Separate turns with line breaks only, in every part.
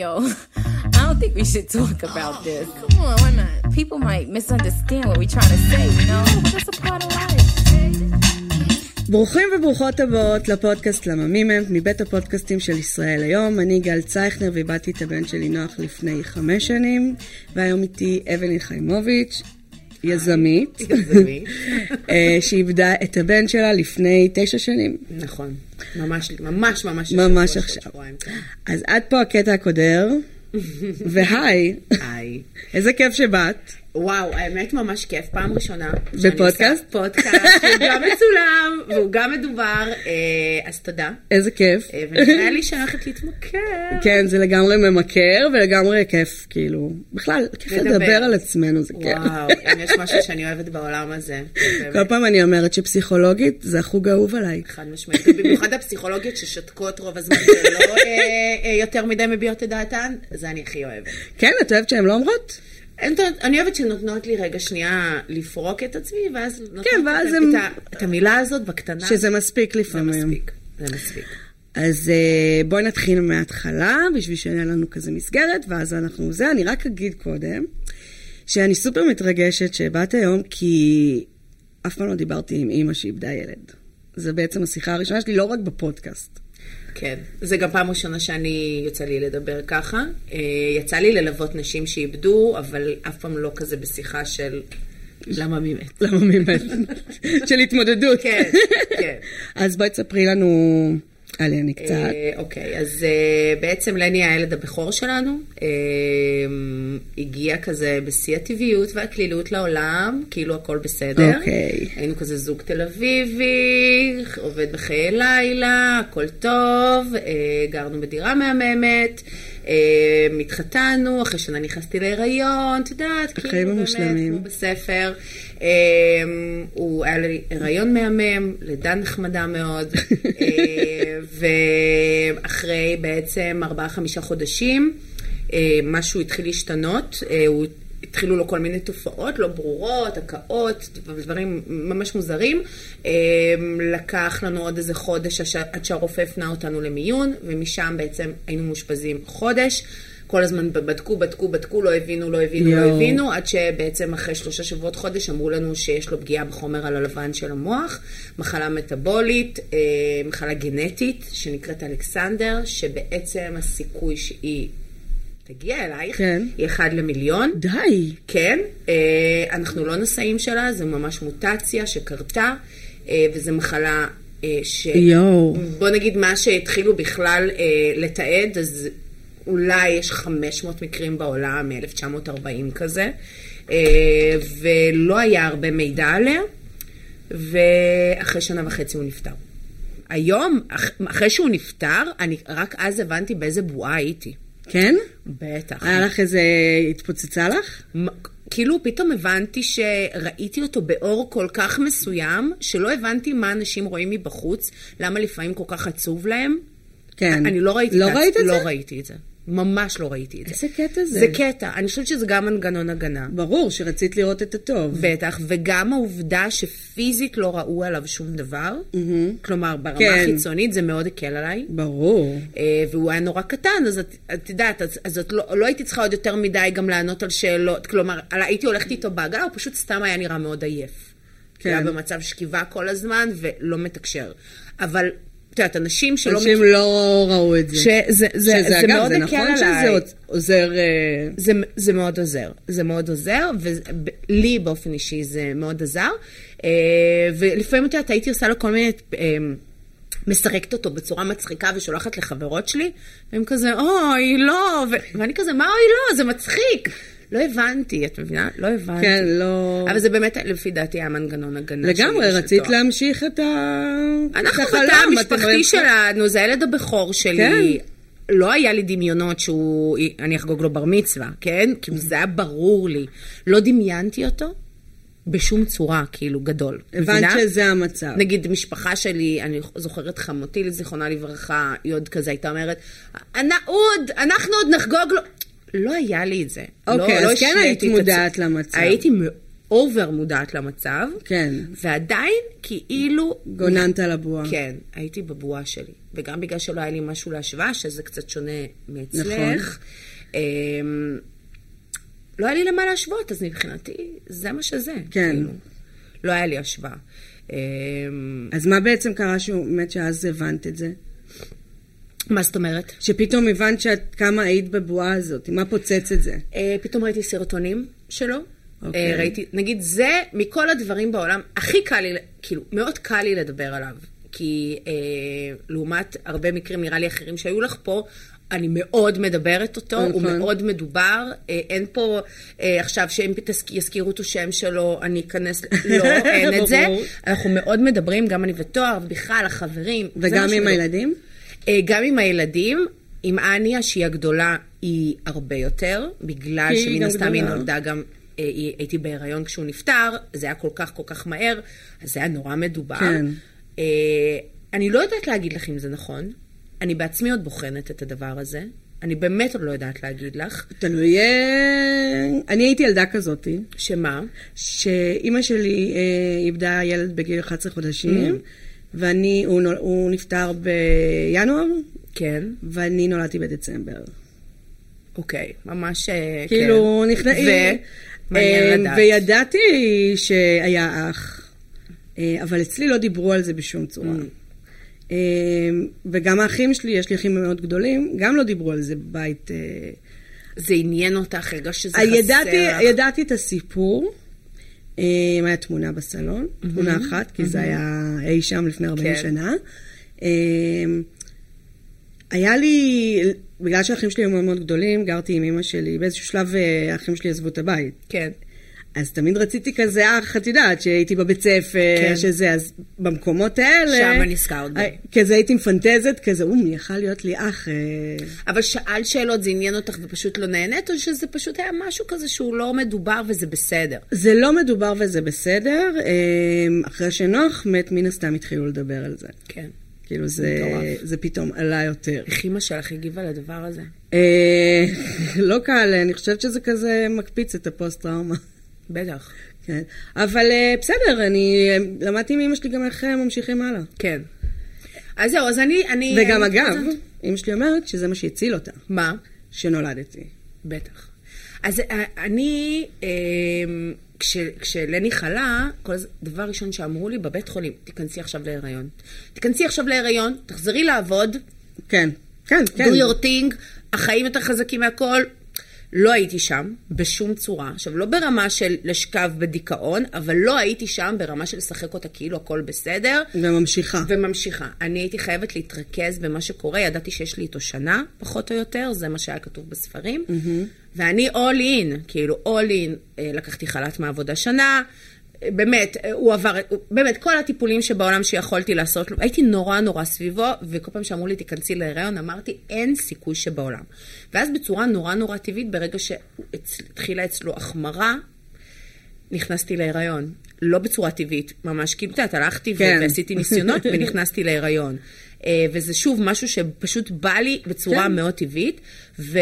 Yo, I don't think we should talk about this.
Come on, why not?
People might misunderstand what we're trying to say, you know? But that's a part of life.
ברוכים וברוכות הבאות לפודקאסט לממימנט מבית הפודקאסטים של ישראל היום. אני גל צייכנר ואיבדתי את הבן שלי נוח לפני חמש שנים, והיום איתי אבלין חיימוביץ', יזמית,
יזמית.
אה, שאיבדה את הבן שלה לפני תשע שנים.
נכון, ממש, ממש, ממש,
ממש
שבוע,
עכשיו.
שבועיים, כן.
אז עד פה הקטע הקודר, והי,
היי.
איזה כיף שבאת.
וואו, האמת ממש כיף, פעם ראשונה. שאני
בפודקאסט?
עושה פודקאסט, שהוא גם מצולם, והוא גם מדובר, אה, אז תודה.
איזה כיף.
אה, ונראה לי שאני הולכת להתמכר.
כן, זה לגמרי ממכר ולגמרי כיף, כאילו, בכלל, כיף
לדבר.
לדבר על עצמנו, זה כיף.
וואו, אם יש משהו שאני אוהבת בעולם הזה,
כל
באמת,
פעם אני אומרת שפסיכולוגית זה החוג האהוב עליי.
חד משמעית. במיוחד הפסיכולוגיות ששותקות רוב הזמן, ולא אה, אה, יותר מדי מביעות את דעתן, זה אני הכי אוהבת.
כן, את אוהבת שהן לא אומרות?
אין את ה- אני אוהבת שנותנות לי רגע שנייה לפרוק את עצמי, ואז נותנות
כן, ואז
את,
הם-
ה- את המילה הזאת בקטנה.
שזה מספיק
זה
לפעמים.
מספיק, זה מספיק.
אז אה, בואי נתחיל מההתחלה, בשביל שיהיה לנו כזה מסגרת, ואז אנחנו זה. אני רק אגיד קודם, שאני סופר מתרגשת שבאת היום, כי אף פעם לא דיברתי עם אימא שאיבדה ילד. זה בעצם השיחה הראשונה שלי, לא רק בפודקאסט.
כן, זה גם פעם ראשונה שאני יוצא לי לדבר ככה. אה, יצא לי ללוות נשים שאיבדו, אבל אף פעם לא כזה בשיחה של למה מי מת.
למה באמת? של התמודדות.
כן, כן.
אז בואי תספרי לנו, עליאני קצת.
אה, אוקיי, אז אה, בעצם לני הילד הבכור שלנו, אה, הגיע כזה בשיא הטבעיות והקלילות לעולם, כאילו הכל בסדר.
אוקיי.
היינו כזה זוג תל אביבי, עובד בחיי לילה, הכל טוב, אה, גרנו בדירה מהממת, אה, התחתנו, אחרי שנה נכנסתי להיריון, את יודעת, כאילו
החיים
באמת,
המושלמים.
כמו בספר. אה, הוא היה לי הריון מהמם, לידה נחמדה מאוד, אה, ואחרי בעצם ארבעה-חמישה חודשים, אה, משהו התחיל להשתנות, אה, הוא... התחילו לו כל מיני תופעות לא ברורות, הקאות, דברים ממש מוזרים. אה, לקח לנו עוד איזה חודש עש- עד שהרופא הפנה אותנו למיון, ומשם בעצם היינו מאושפזים חודש. כל הזמן בדקו, בדקו, בדקו, לא הבינו, לא הבינו, לא
יואו.
הבינו. ניסינו, עד שבעצם אחרי שלושה שבועות חודש אמרו לנו שיש לו פגיעה בחומר הלבן של המוח, מחלה מטבולית, אה, מחלה גנטית שנקראת אלכסנדר, שבעצם הסיכוי שהיא תגיע אלייך,
כן.
היא אחד למיליון.
די.
כן, אה, אנחנו לא נשאים שלה, זו ממש מוטציה שקרתה, אה, וזו מחלה אה, ש...
יואו.
בוא נגיד, מה שהתחילו בכלל אה, לתעד, אז אולי יש 500 מקרים בעולם, מ-1940 כזה, אה, ולא היה הרבה מידע עליה, ואחרי שנה וחצי הוא נפטר. היום, אח- אחרי שהוא נפטר, אני רק אז הבנתי באיזה בועה הייתי.
כן?
בטח.
היה לך איזה... התפוצצה לך?
מ- כאילו פתאום הבנתי שראיתי אותו באור כל כך מסוים, שלא הבנתי מה אנשים רואים מבחוץ, למה לפעמים כל כך עצוב להם.
כן.
אני לא ראיתי
לא
הצ-
ראית את
לא
זה?
ראיתי את זה. ממש לא ראיתי את זה.
איזה קטע זה?
זה קטע. אני חושבת שזה גם מנגנון הגנה.
ברור שרצית לראות את הטוב.
בטח, וגם העובדה שפיזית לא ראו עליו שום דבר. כלומר, ברמה
Mm-hmm. כן.
החיצונית זה מאוד הקל עליי.
ברור.
אה, והוא היה נורא קטן, אז את, את יודעת, אז, אז את לא, לא הייתי צריכה עוד יותר מדי גם לענות על שאלות. כלומר, על- הייתי הולכת איתו בעגלה, הוא פשוט סתם היה נראה מאוד עייף.
כן.
כן. היה במצב שכיבה כל הזמן ולא מתקשר. אבל, את יודעת, אנשים שלא...
אנשים
מכיר-
לא ראו את זה.
שזה, זה,
שזה,
זה
אגב,
מאוד
זה
הקל
נכון שזה
עליי.
עוד- עוזר... אה,
זה, זה מאוד עוזר, זה מאוד עוזר, ולי באופן אישי זה מאוד עזר. אה, ולפעמים, את יודעת, הייתי עושה לו כל מיני, אה, מסרקת אותו בצורה מצחיקה ושולחת לחברות שלי, והם כזה, אוי, לא, ו- ואני כזה, מה אוי, לא, זה מצחיק. לא הבנתי, את מבינה? לא הבנתי.
כן, לא...
אבל זה באמת, לפי דעתי, היה מנגנון הגנה.
לגמרי,
שלי
רצית
בשלטון.
להמשיך את ה...
אנחנו
את החלום,
בתא
אתם
המשפחתי
אוהבים-
שלנו, זה הילד הבכור שלי.
כן.
לא היה לי דמיונות שהוא, אני אחגוג לו בר מצווה, כן? כאילו זה היה ברור לי. לא דמיינתי אותו בשום צורה, כאילו, גדול.
הבנת
מבינה?
שזה המצב.
נגיד, משפחה שלי, אני זוכרת חמותי, זיכרונה לברכה, היא עוד כזה הייתה אומרת, "אנ- הוא עוד, אנחנו עוד נחגוג לו. לא היה לי את זה.
אוקיי,
לא- לא
אז כן
השניתי
היית
את עצמי.
מודעת למצב.
הייתי מאוד אובר מודעת למצב,
כן.
ועדיין כאילו...
גוננת על הבועה.
כן, הייתי בבועה שלי. וגם בגלל שלא היה לי משהו להשוואה, שזה קצת שונה מאצלך.
נכון.
אמ, לא היה לי למה להשוות, אז מבחינתי, זה מה שזה.
כן.
לא היה לי השוואה. אמ,
אז מה בעצם קרה שהוא, באמת שאז הבנת את זה?
מה זאת אומרת?
שפתאום הבנת שאת כמה היית בבועה הזאת, מה פוצץ את זה?
אה, פתאום ראיתי סרטונים שלו.
אוקיי.
אה, ראיתי, נגיד, זה מכל הדברים בעולם, הכי קל לי, כאילו, מאוד קל לי לדבר עליו. כי אה, לעומת הרבה מקרים, נראה לי, אחרים שהיו לך פה, אני מאוד מדברת אותו, הוא
נכון.
מאוד מדובר. אה, אין פה אה, עכשיו שאם תזכ- יזכירו את השם שלו, אני אכנס, לא, אין את זה.
ברור.
אנחנו מאוד מדברים, גם אני ותואר, ובכלל, החברים. זה
וגם
מה
עם
שמדבר-
הילדים?
אה, גם עם הילדים, עם אניה, שהיא הגדולה, היא הרבה יותר, בגלל
כי היא
שמן
גם
הסתם היא
גדולה.
נולדה גם... אה, היא- הייתי בהיריון כשהוא נפטר, זה היה כל כך כל כך מהר, אז זה היה נורא מדובר.
כן.
אה, אני לא יודעת להגיד לך אם זה נכון. אני בעצמי עוד בוחנת את הדבר הזה. אני באמת עוד לא יודעת להגיד לך.
תלוי... אה, אני הייתי ילדה כזאתי,
שמה?
שאימא שלי אה, איבדה ילד בגיל 11 חודשים,
Mm.
ואני, הוא, נול- הוא נפטר בינואר,
כן.
ואני נולדתי בדצמבר.
אוקיי. ממש... אה,
כאילו,
כן.
נכנעים.
ו... מעניין
אה,
לדעת.
וידעתי שהיה אח, אה, אבל אצלי לא דיברו על זה בשום צורה.
Mm.
אה, וגם האחים שלי, יש לי אחים מאוד גדולים, גם לא דיברו על זה בבית. אה.
זה עניין אותך רגע שזה
אה,
חסר
ידעתי-
לך.
ידעתי את הסיפור. אה, היה תמונה בסלון, תמונה אחת, כי זה היה אי שם לפני 40
כן.
שנה. אה, היה לי, בגלל שהאחים שלי היו מאוד מאוד גדולים, גרתי עם אמא שלי. באיזשהו שלב אה, האחים שלי עזבו את הבית.
כן.
אז תמיד רציתי כזה אח, את יודעת, שהייתי בבית ספר,
כן.
כן. שזה, אז במקומות האלה...
שם נזכרת בו.
אה, כזה הייתי מפנטזת, כזה, אום, יכל להיות לי אח. אה,
אבל שאלת שאלות, זה עניין אותך ופשוט לא נהנית, או שזה פשוט היה משהו כזה שהוא לא מדובר וזה בסדר?
זה לא מדובר וזה בסדר, אה, אחרי שנוח מת, מן הסתם התחילו לדבר על זה.
כן.
כאילו, זה,
מטורף.
זה פתאום עלה יותר.
איך אימא שלך הגיבה לדבר הזה?
אה, לא קל, אני חושבת שזה כזה מקפיץ את הפוסט-טראומה.
בטח.
כן. אבל אה, בסדר, אני אה, למדתי מאמא שלי גם איך אה, ממשיכים הלאה.
כן. אז זהו, אז אני... אני
וגם
אני
אגב,
חוזרת.
אמא שלי אומרת שזה מה שהציל אותה,
מה?
שנולדתי.
בטח. אז אה, אני, אה, כש, כשלני חלה, כל הז- דבר ראשון שאמרו לי בבית חולים, תיכנסי עכשיו להיריון. תיכנסי עכשיו להיריון, תחזרי לעבוד,
כן, כן, כן.
do your thing, החיים יותר חזקים מהכל. לא הייתי שם בשום צורה. עכשיו, לא ברמה של לשכב בדיכאון, אבל לא הייתי שם ברמה של לשחק אותה כאילו הכל בסדר,
וממשיכה.
וממשיכה. אני הייתי חייבת להתרכז במה שקורה, ידעתי שיש לי איתו שנה, פחות או יותר, זה מה שהיה כתוב בספרים. ואני all in, כאילו all in, אה, לקחתי חל"ת מהעבודה שנה. אה, באמת, אה, הוא עבר, הוא- באמת, כל הטיפולים שבעולם שיכולתי לעשות לו, הייתי נורא נורא סביבו, וכל פעם שאמרו לי, תיכנסי להיריון, אמרתי, אין סיכוי שבעולם. ואז בצורה נורא נורא טבעית, ברגע שהתחילה אצלו החמרה, נכנסתי להיריון. לא בצורה טבעית, ממש כאילו, את יודעת, הלכתי כן.
כן.
ועשיתי ניסיונות ונכנסתי להיריון. אה, וזה שוב משהו שפשוט בא לי בצורה כן.
כן.
מאוד טבעית, ו...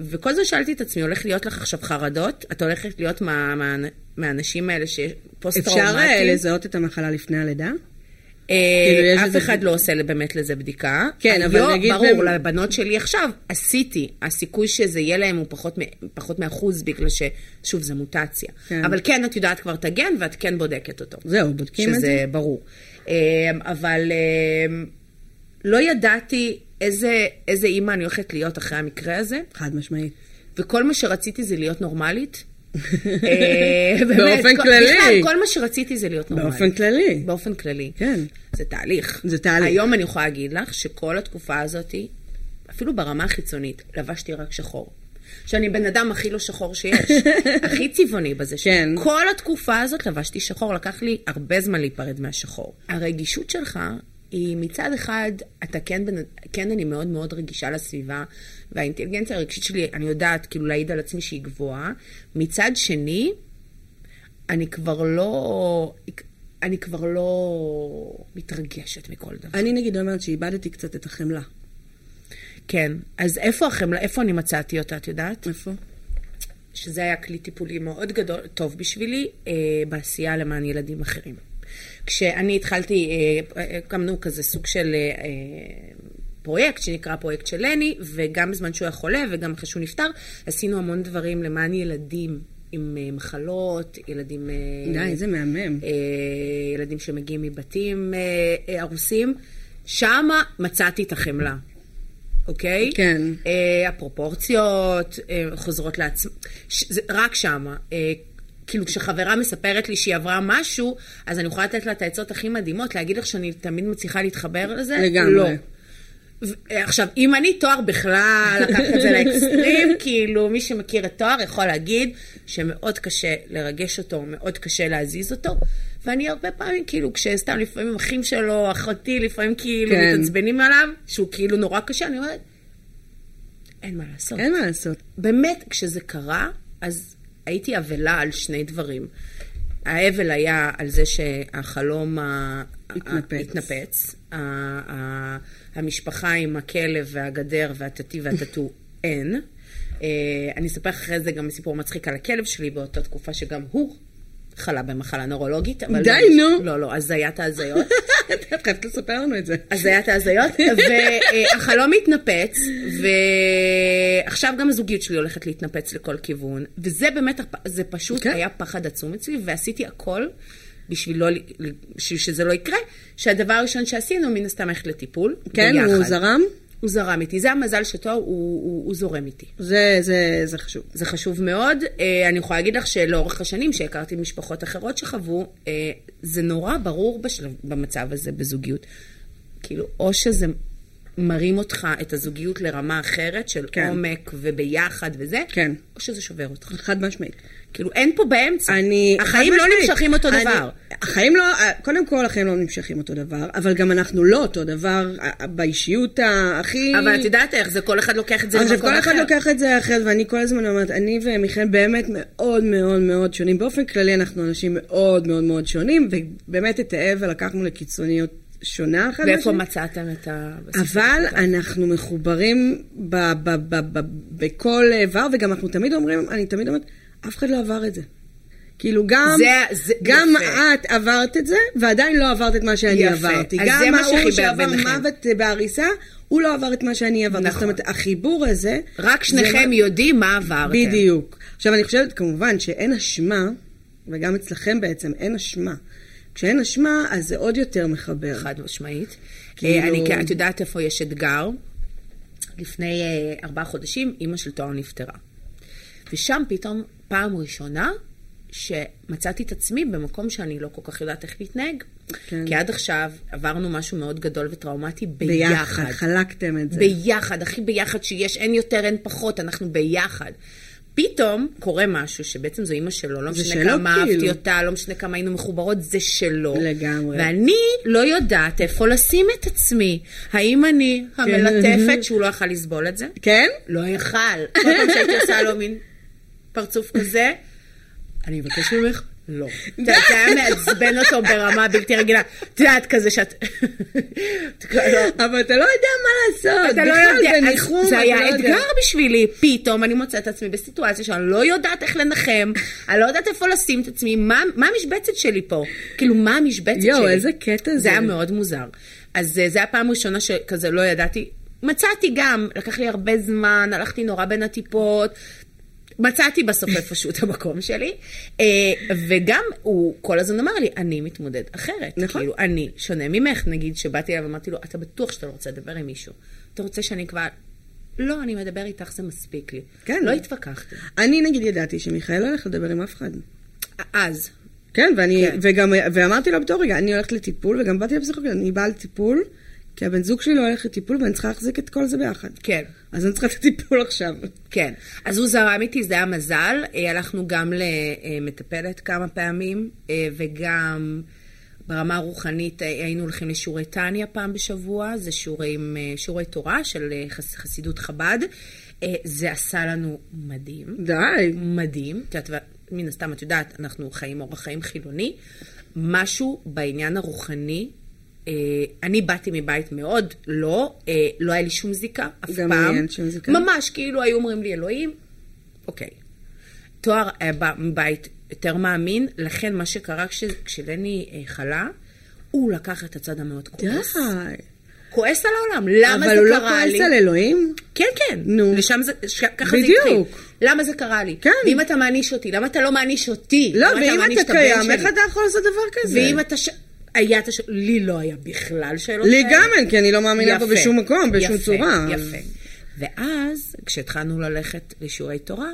וכל הזמן שאלתי את עצמי, הולך להיות לך עכשיו חרדות? את הולכת להיות מה... מה... מהאנשים האלה שפוסט-טראומטיים?
אפשר אה, לזהות את המחלה לפני הלידה? כאילו,
אה,
יש
אף
לזה-
אחד לא עושה באמת לזה בדיקה.
כן, אבל
היום,
נגיד
ברור,
במ-
לבנות שלי עכשיו, עשיתי. הסיכוי שזה יהיה להם הוא פחות מ- פחות מאחוז, בגלל ששוב, זה מוטציה.
כן.
אבל כן, את יודעת כבר את הגן, ואת כן בודקת אותו.
זהו, בודקים את זה.
שזה ברור. אמ, אבל אמ, לא ידעתי איזה איזה אימא אני הולכת להיות אחרי המקרה הזה,
חד משמעית.
וכל מה שרציתי זה להיות נורמלית. אה, באמת,
באופן
כל-
כללי.
בכלל, כל מה שרציתי זה להיות נורמלית.
באופן כללי.
באופן כללי.
כן.
זה תהליך.
זה תהליך.
היום אני יכולה להגיד לך שכל התקופה הזאת, אפילו ברמה החיצונית, לבשתי רק שחור. שאני בן אדם הכי לא שחור שיש, הכי צבעוני בזה,
כן.
שכל התקופה הזאת לבשתי שחור, לקח לי הרבה זמן להיפרד מהשחור. הרגישות שלך היא מצד אחד, אתה כן, בן- כן אני מאוד מאוד רגישה לסביבה, והאינטליגנציה הרגשית שלי, אני יודעת כאילו להעיד על עצמי שהיא גבוהה, מצד שני, אני כבר לא... אני כבר לא מתרגשת מכל דבר.
אני נגיד אומרת שאיבדתי קצת את החמלה.
כן, אז איפה החמלה, איפה אני מצאתי אותה, את יודעת?
איפה?
שזה היה כלי טיפולי מאוד גדול, טוב בשבילי, אה, בעשייה למען ילדים אחרים. כשאני התחלתי, אה, אה, הקמנו כזה סוג של אה, אה, פרויקט שנקרא פרויקט של לני, וגם בזמן שהוא היה חולה וגם אחרי שהוא נפטר, עשינו המון דברים למען ילדים עם אה, מחלות, ילדים... אה,
די, איזה מהמם.
אה, ילדים שמגיעים מבתים אה, אה, הרוסים, שמה מצאתי את החמלה, אוקיי?
כן.
אה, הפרופורציות אה, חוזרות לעצמן, רק שמה. אה, כאילו כשחברה מספרת לי שהיא עברה משהו, אז אני יכולה לתת לה את העצות הכי מדהימות, להגיד לך שאני תמיד מצליחה להתחבר לזה?
לגמרי.
לא. ו- עכשיו, אם אני תואר בכלל, לקחת את זה לאקסטרים, כאילו, מי שמכיר את תואר יכול להגיד שמאוד קשה לרגש אותו, מאוד קשה להזיז אותו. ואני הרבה פעמים, כאילו, כשסתם לפעמים אחים שלו, אחותי, לפעמים כאילו
כן.
מתעצבנים עליו, שהוא כאילו נורא קשה, אני אומרת, אין מה לעשות.
אין מה לעשות.
באמת, כשזה קרה, אז הייתי אבלה על שני דברים. האבל היה על זה שהחלום ה-
התנפץ.
ה- התנפץ. ה- ה- המשפחה עם הכלב והגדר והטאטי והטאטו אין. אה, אני אספר לך אחרי זה גם סיפור מצחיק על הכלב שלי באותה תקופה שגם הוא חלה במחלה נורולוגית. אבל
די,
לא-
נו.
לא, לא, הזיית ההזיות.
את חייבת לספר לנו את זה.
הזיית ההזיות, והחלום מתנפץ, ועכשיו גם הזוגיות שלי הולכת להתנפץ לכל כיוון, וזה באמת, הפ- זה פשוט
כן.
היה פחד עצום אצלי, ועשיתי הכל בשביל לא, ל- ל- בשביל שזה לא יקרה, שהדבר הראשון שעשינו, מן הסתם הלכת לטיפול,
כן,
ביחד.
הוא זרם?
הוא זרם איתי, זה המזל שתואר, הוא, הוא, הוא זורם איתי.
זה, זה, זה חשוב.
זה חשוב מאוד. אה, אני יכולה להגיד לך שלאורך השנים שהכרתי משפחות אחרות שחוו, אה, זה נורא ברור בשלב, במצב הזה בזוגיות. כאילו, או שזה מרים אותך, את הזוגיות, לרמה אחרת של
כן.
כן. עומק וביחד וזה,
כן.
או שזה שובר אותך.
חד משמעית.
כאילו, אין פה באמצע.
אני...
החיים
חד
לא
משמעית.
נמשכים אותו
אני-
דבר.
החיים לא, קודם כל החיים לא נמשכים אותו דבר, אבל גם אנחנו לא אותו דבר אה, באישיות הכי...
אבל את יודעת איך זה, כל אחד לוקח את זה
עכשיו,
למקום
כל אחד
אחר.
לוקח את זה אחרת, ואני כל הזמן אומרת, אני ומיכאל באמת מאוד מאוד מאוד שונים. באופן כללי אנחנו אנשים מאוד מאוד מאוד שונים, ובאמת את האבל לקחנו לקיצוניות שונה אחת.
ואיפה
מהשנייה.
מצאתם את ה...
אבל אנחנו מחוברים ב- ב- ב- ב- בכל איבר, וגם אנחנו תמיד אומרים, אני תמיד אומרת, אף אחד לא עבר את זה. כאילו גם,
זה- זה-
גם
יפה.
את עברת את זה, ועדיין לא עברת את מה שאני
יפה.
עברתי.
אז
גם
זה מה
ההוא
שחיבר
שעבר
ביניכם.
מוות בעריסה, הוא לא עבר את מה שאני עברתי.
נכון.
זאת אומרת, החיבור הזה...
רק
זה
שניכם
מה-
יודעים מה עברתם.
בדיוק. עכשיו, אני חושבת, כמובן, שאין אשמה, וגם אצלכם בעצם, אין אשמה. כשאין אשמה, אז זה עוד יותר מחבר.
חד משמעית.
כאילו-
אה, אני, כן, את יודעת איפה יש אתגר? לפני אה, ארבעה חודשים, אימא של טוהר נפטרה. ושם פתאום, פעם ראשונה, שמצאתי את עצמי במקום שאני לא כל כך יודעת איך להתנהג.
כן.
כי עד עכשיו עברנו משהו מאוד גדול וטראומטי
ביחד.
ביחד.
חלקתם את זה.
כן. ביחד, הכי ביחד שיש, אין יותר, אין פחות, אנחנו ביחד. פתאום קורה משהו שבעצם זו אימא שלו, לא
זה
משנה
שלו,
כמה
כאילו.
אהבתי אותה, לא משנה כמה היינו מחוברות, זה שלו.
לגמרי.
ואני לא יודעת איפה לשים את עצמי. האם אני המלטפת שהוא לא יכל לסבול את זה?
כן?
לא יכל. כל פעם שהייתי עושה לו מין פרצוף כזה, אני מבקש ממך, לא. אתה יודע, זה היה מעצבן אותו ברמה בלתי רגילה. את יודעת, כזה שאת...
אבל אתה לא יודע מה לעשות.
אתה לא
בכלל,
יודע, אז
בניחום,
זה
אתה לא
היה
יודע.
אתגר בשבילי. פתאום אני מוצאת את עצמי בסיטואציה שאני לא יודעת איך לנחם, אני לא יודעת איפה לשים את עצמי, מה מה המשבצת שלי פה? כאילו, מה המשבצת שלי?
יואו, איזה קטע זה.
זה היה מאוד מוזר. אז אה, זה היה פעם ראשונה שכזה לא ידעתי. מצאתי גם, לקח לי הרבה זמן, הלכתי נורא בין הטיפות. מצאתי בסוף איפשהו את המקום שלי, אה, וגם הוא כל הזמן אמר לי, אני מתמודד אחרת.
נכון.
כאילו, אני שונה ממך, נגיד, שבאתי אליו ואמרתי לו, אתה בטוח שאתה לא רוצה לדבר עם מישהו. אתה רוצה שאני כבר... לא, אני מדבר איתך, זה מספיק לי.
כן.
לא התווכחתי.
אני נגיד ידעתי שמיכאל לא הולך לדבר עם אף אחד.
אז,
כן, ואני,
כן.
וגם, ואמרתי לו בתור רגע, אני הולכת לטיפול, וגם באתי לפסיכולוגיה, אני באה לטיפול, כי הבן זוג שלי לא הולך לטיפול, ואני צריכה להחזיק את כל זה ביחד.
כן.
אז אני צריכה את הטיפול עכשיו.
כן. אז הוא זרם איתי, זה היה מזל. אה, הלכנו גם למטפלת כמה פעמים, אה, וגם ברמה הרוחנית אה, היינו הולכים לשיעורי טניה פעם בשבוע, זה שיעורים, אה, שיעורי תורה של אה, חס- חסידות חב"ד. אה, זה עשה לנו מדהים.
די.
מדהים. את יודעת, מן הסתם, את יודעת, אנחנו חיים אורח חיים חילוני. משהו בעניין הרוחני, אה, אני באתי מבית מאוד לא, אה, לא היה לי שום זיקה, אף
גם
פעם.
לי אין שום זיקה.
ממש, כאילו היו אומרים לי, אלוהים, אוקיי. תואר היה בא- בית יותר מאמין, לכן מה שקרה כש- כשלני אה, חלה, הוא לקח את הצד המאוד
די.
כועס. כועס על העולם, למה זה
אבל הוא לא
קרה לי?
כועס על אלוהים?
כן, כן.
נו.
לשם זה, ש... ככה זה
בדיוק.
התחיל. למה זה קרה לי?
כן.
ואם אתה מעניש אותי, למה אתה לא מעניש אותי?
לא,
למה
ואם
מעניש
אתה
את הבן
קיים,
שלי?
איך אתה יכול לעשות דבר כזה?
ואם אתה... ש... היה את הש... לי לא היה בכלל שאלות
לי
כאלה.
גם אין, כי אני לא מאמינה בו
יפה,
בשום מקום, בשום
יפה,
צורה.
יפה. ואז, כשהתחלנו ללכת לשיעורי תורה,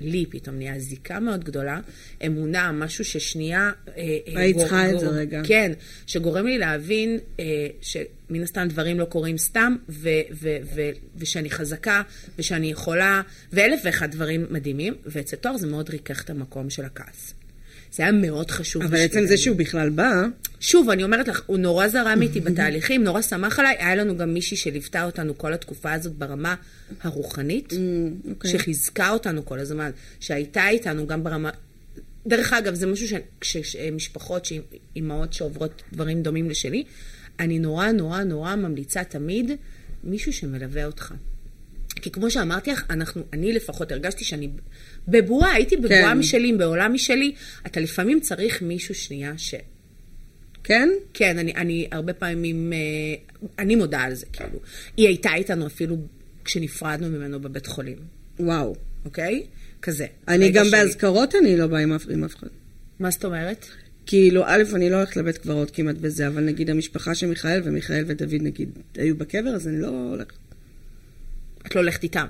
לי פתאום נהיה זיקה מאוד גדולה, אמונה, משהו ששנייה... אה, אה,
היית
גור-
צריכה את
גור-
זה רגע.
כן, שגורם לי להבין אה, שמן הסתם דברים לא קורים סתם, ו- ו- ו- ושאני חזקה, ושאני יכולה, ואלף ואחד דברים מדהימים, ואצל תואר זה מאוד ריכך את המקום של הכעס. זה היה מאוד חשוב.
אבל
בשבילי.
עצם זה שהוא בכלל בא,
שוב, אני אומרת לך, הוא נורא זרם איתי בתהליכים, נורא שמח עליי. היה לנו גם מישהי שליוותה אותנו כל התקופה הזאת ברמה הרוחנית,
אוקיי.
שחיזקה אותנו כל הזמן, שהייתה איתנו גם ברמה... דרך אגב, זה משהו שמשפחות, אימהות שעוברות דברים דומים לשלי, אני נורא נורא נורא ממליצה תמיד מישהו שמלווה אותך. כי כמו שאמרתי לך, אנחנו, אני לפחות הרגשתי שאני בבועה, הייתי בבועה
כן.
משלי, בעולם משלי. אתה לפעמים צריך מישהו שנייה ש...
כן?
כן, אני, אני הרבה פעמים, אה, אני מודה על זה, כאילו. היא הייתה איתנו אפילו כשנפרדנו ממנו בבית חולים,
וואו.
אוקיי? כזה.
אני
רגע
גם
שלי.
באזכרות אני לא באה עם אף- עם אף אחד.
מה זאת אומרת?
כאילו, א', אני לא הולכת לבית קברות כמעט בזה, אבל נגיד המשפחה של מיכאל ומיכאל ודוד נגיד היו בקבר, אז אני לא הולכת.
את לא הולכת איתם.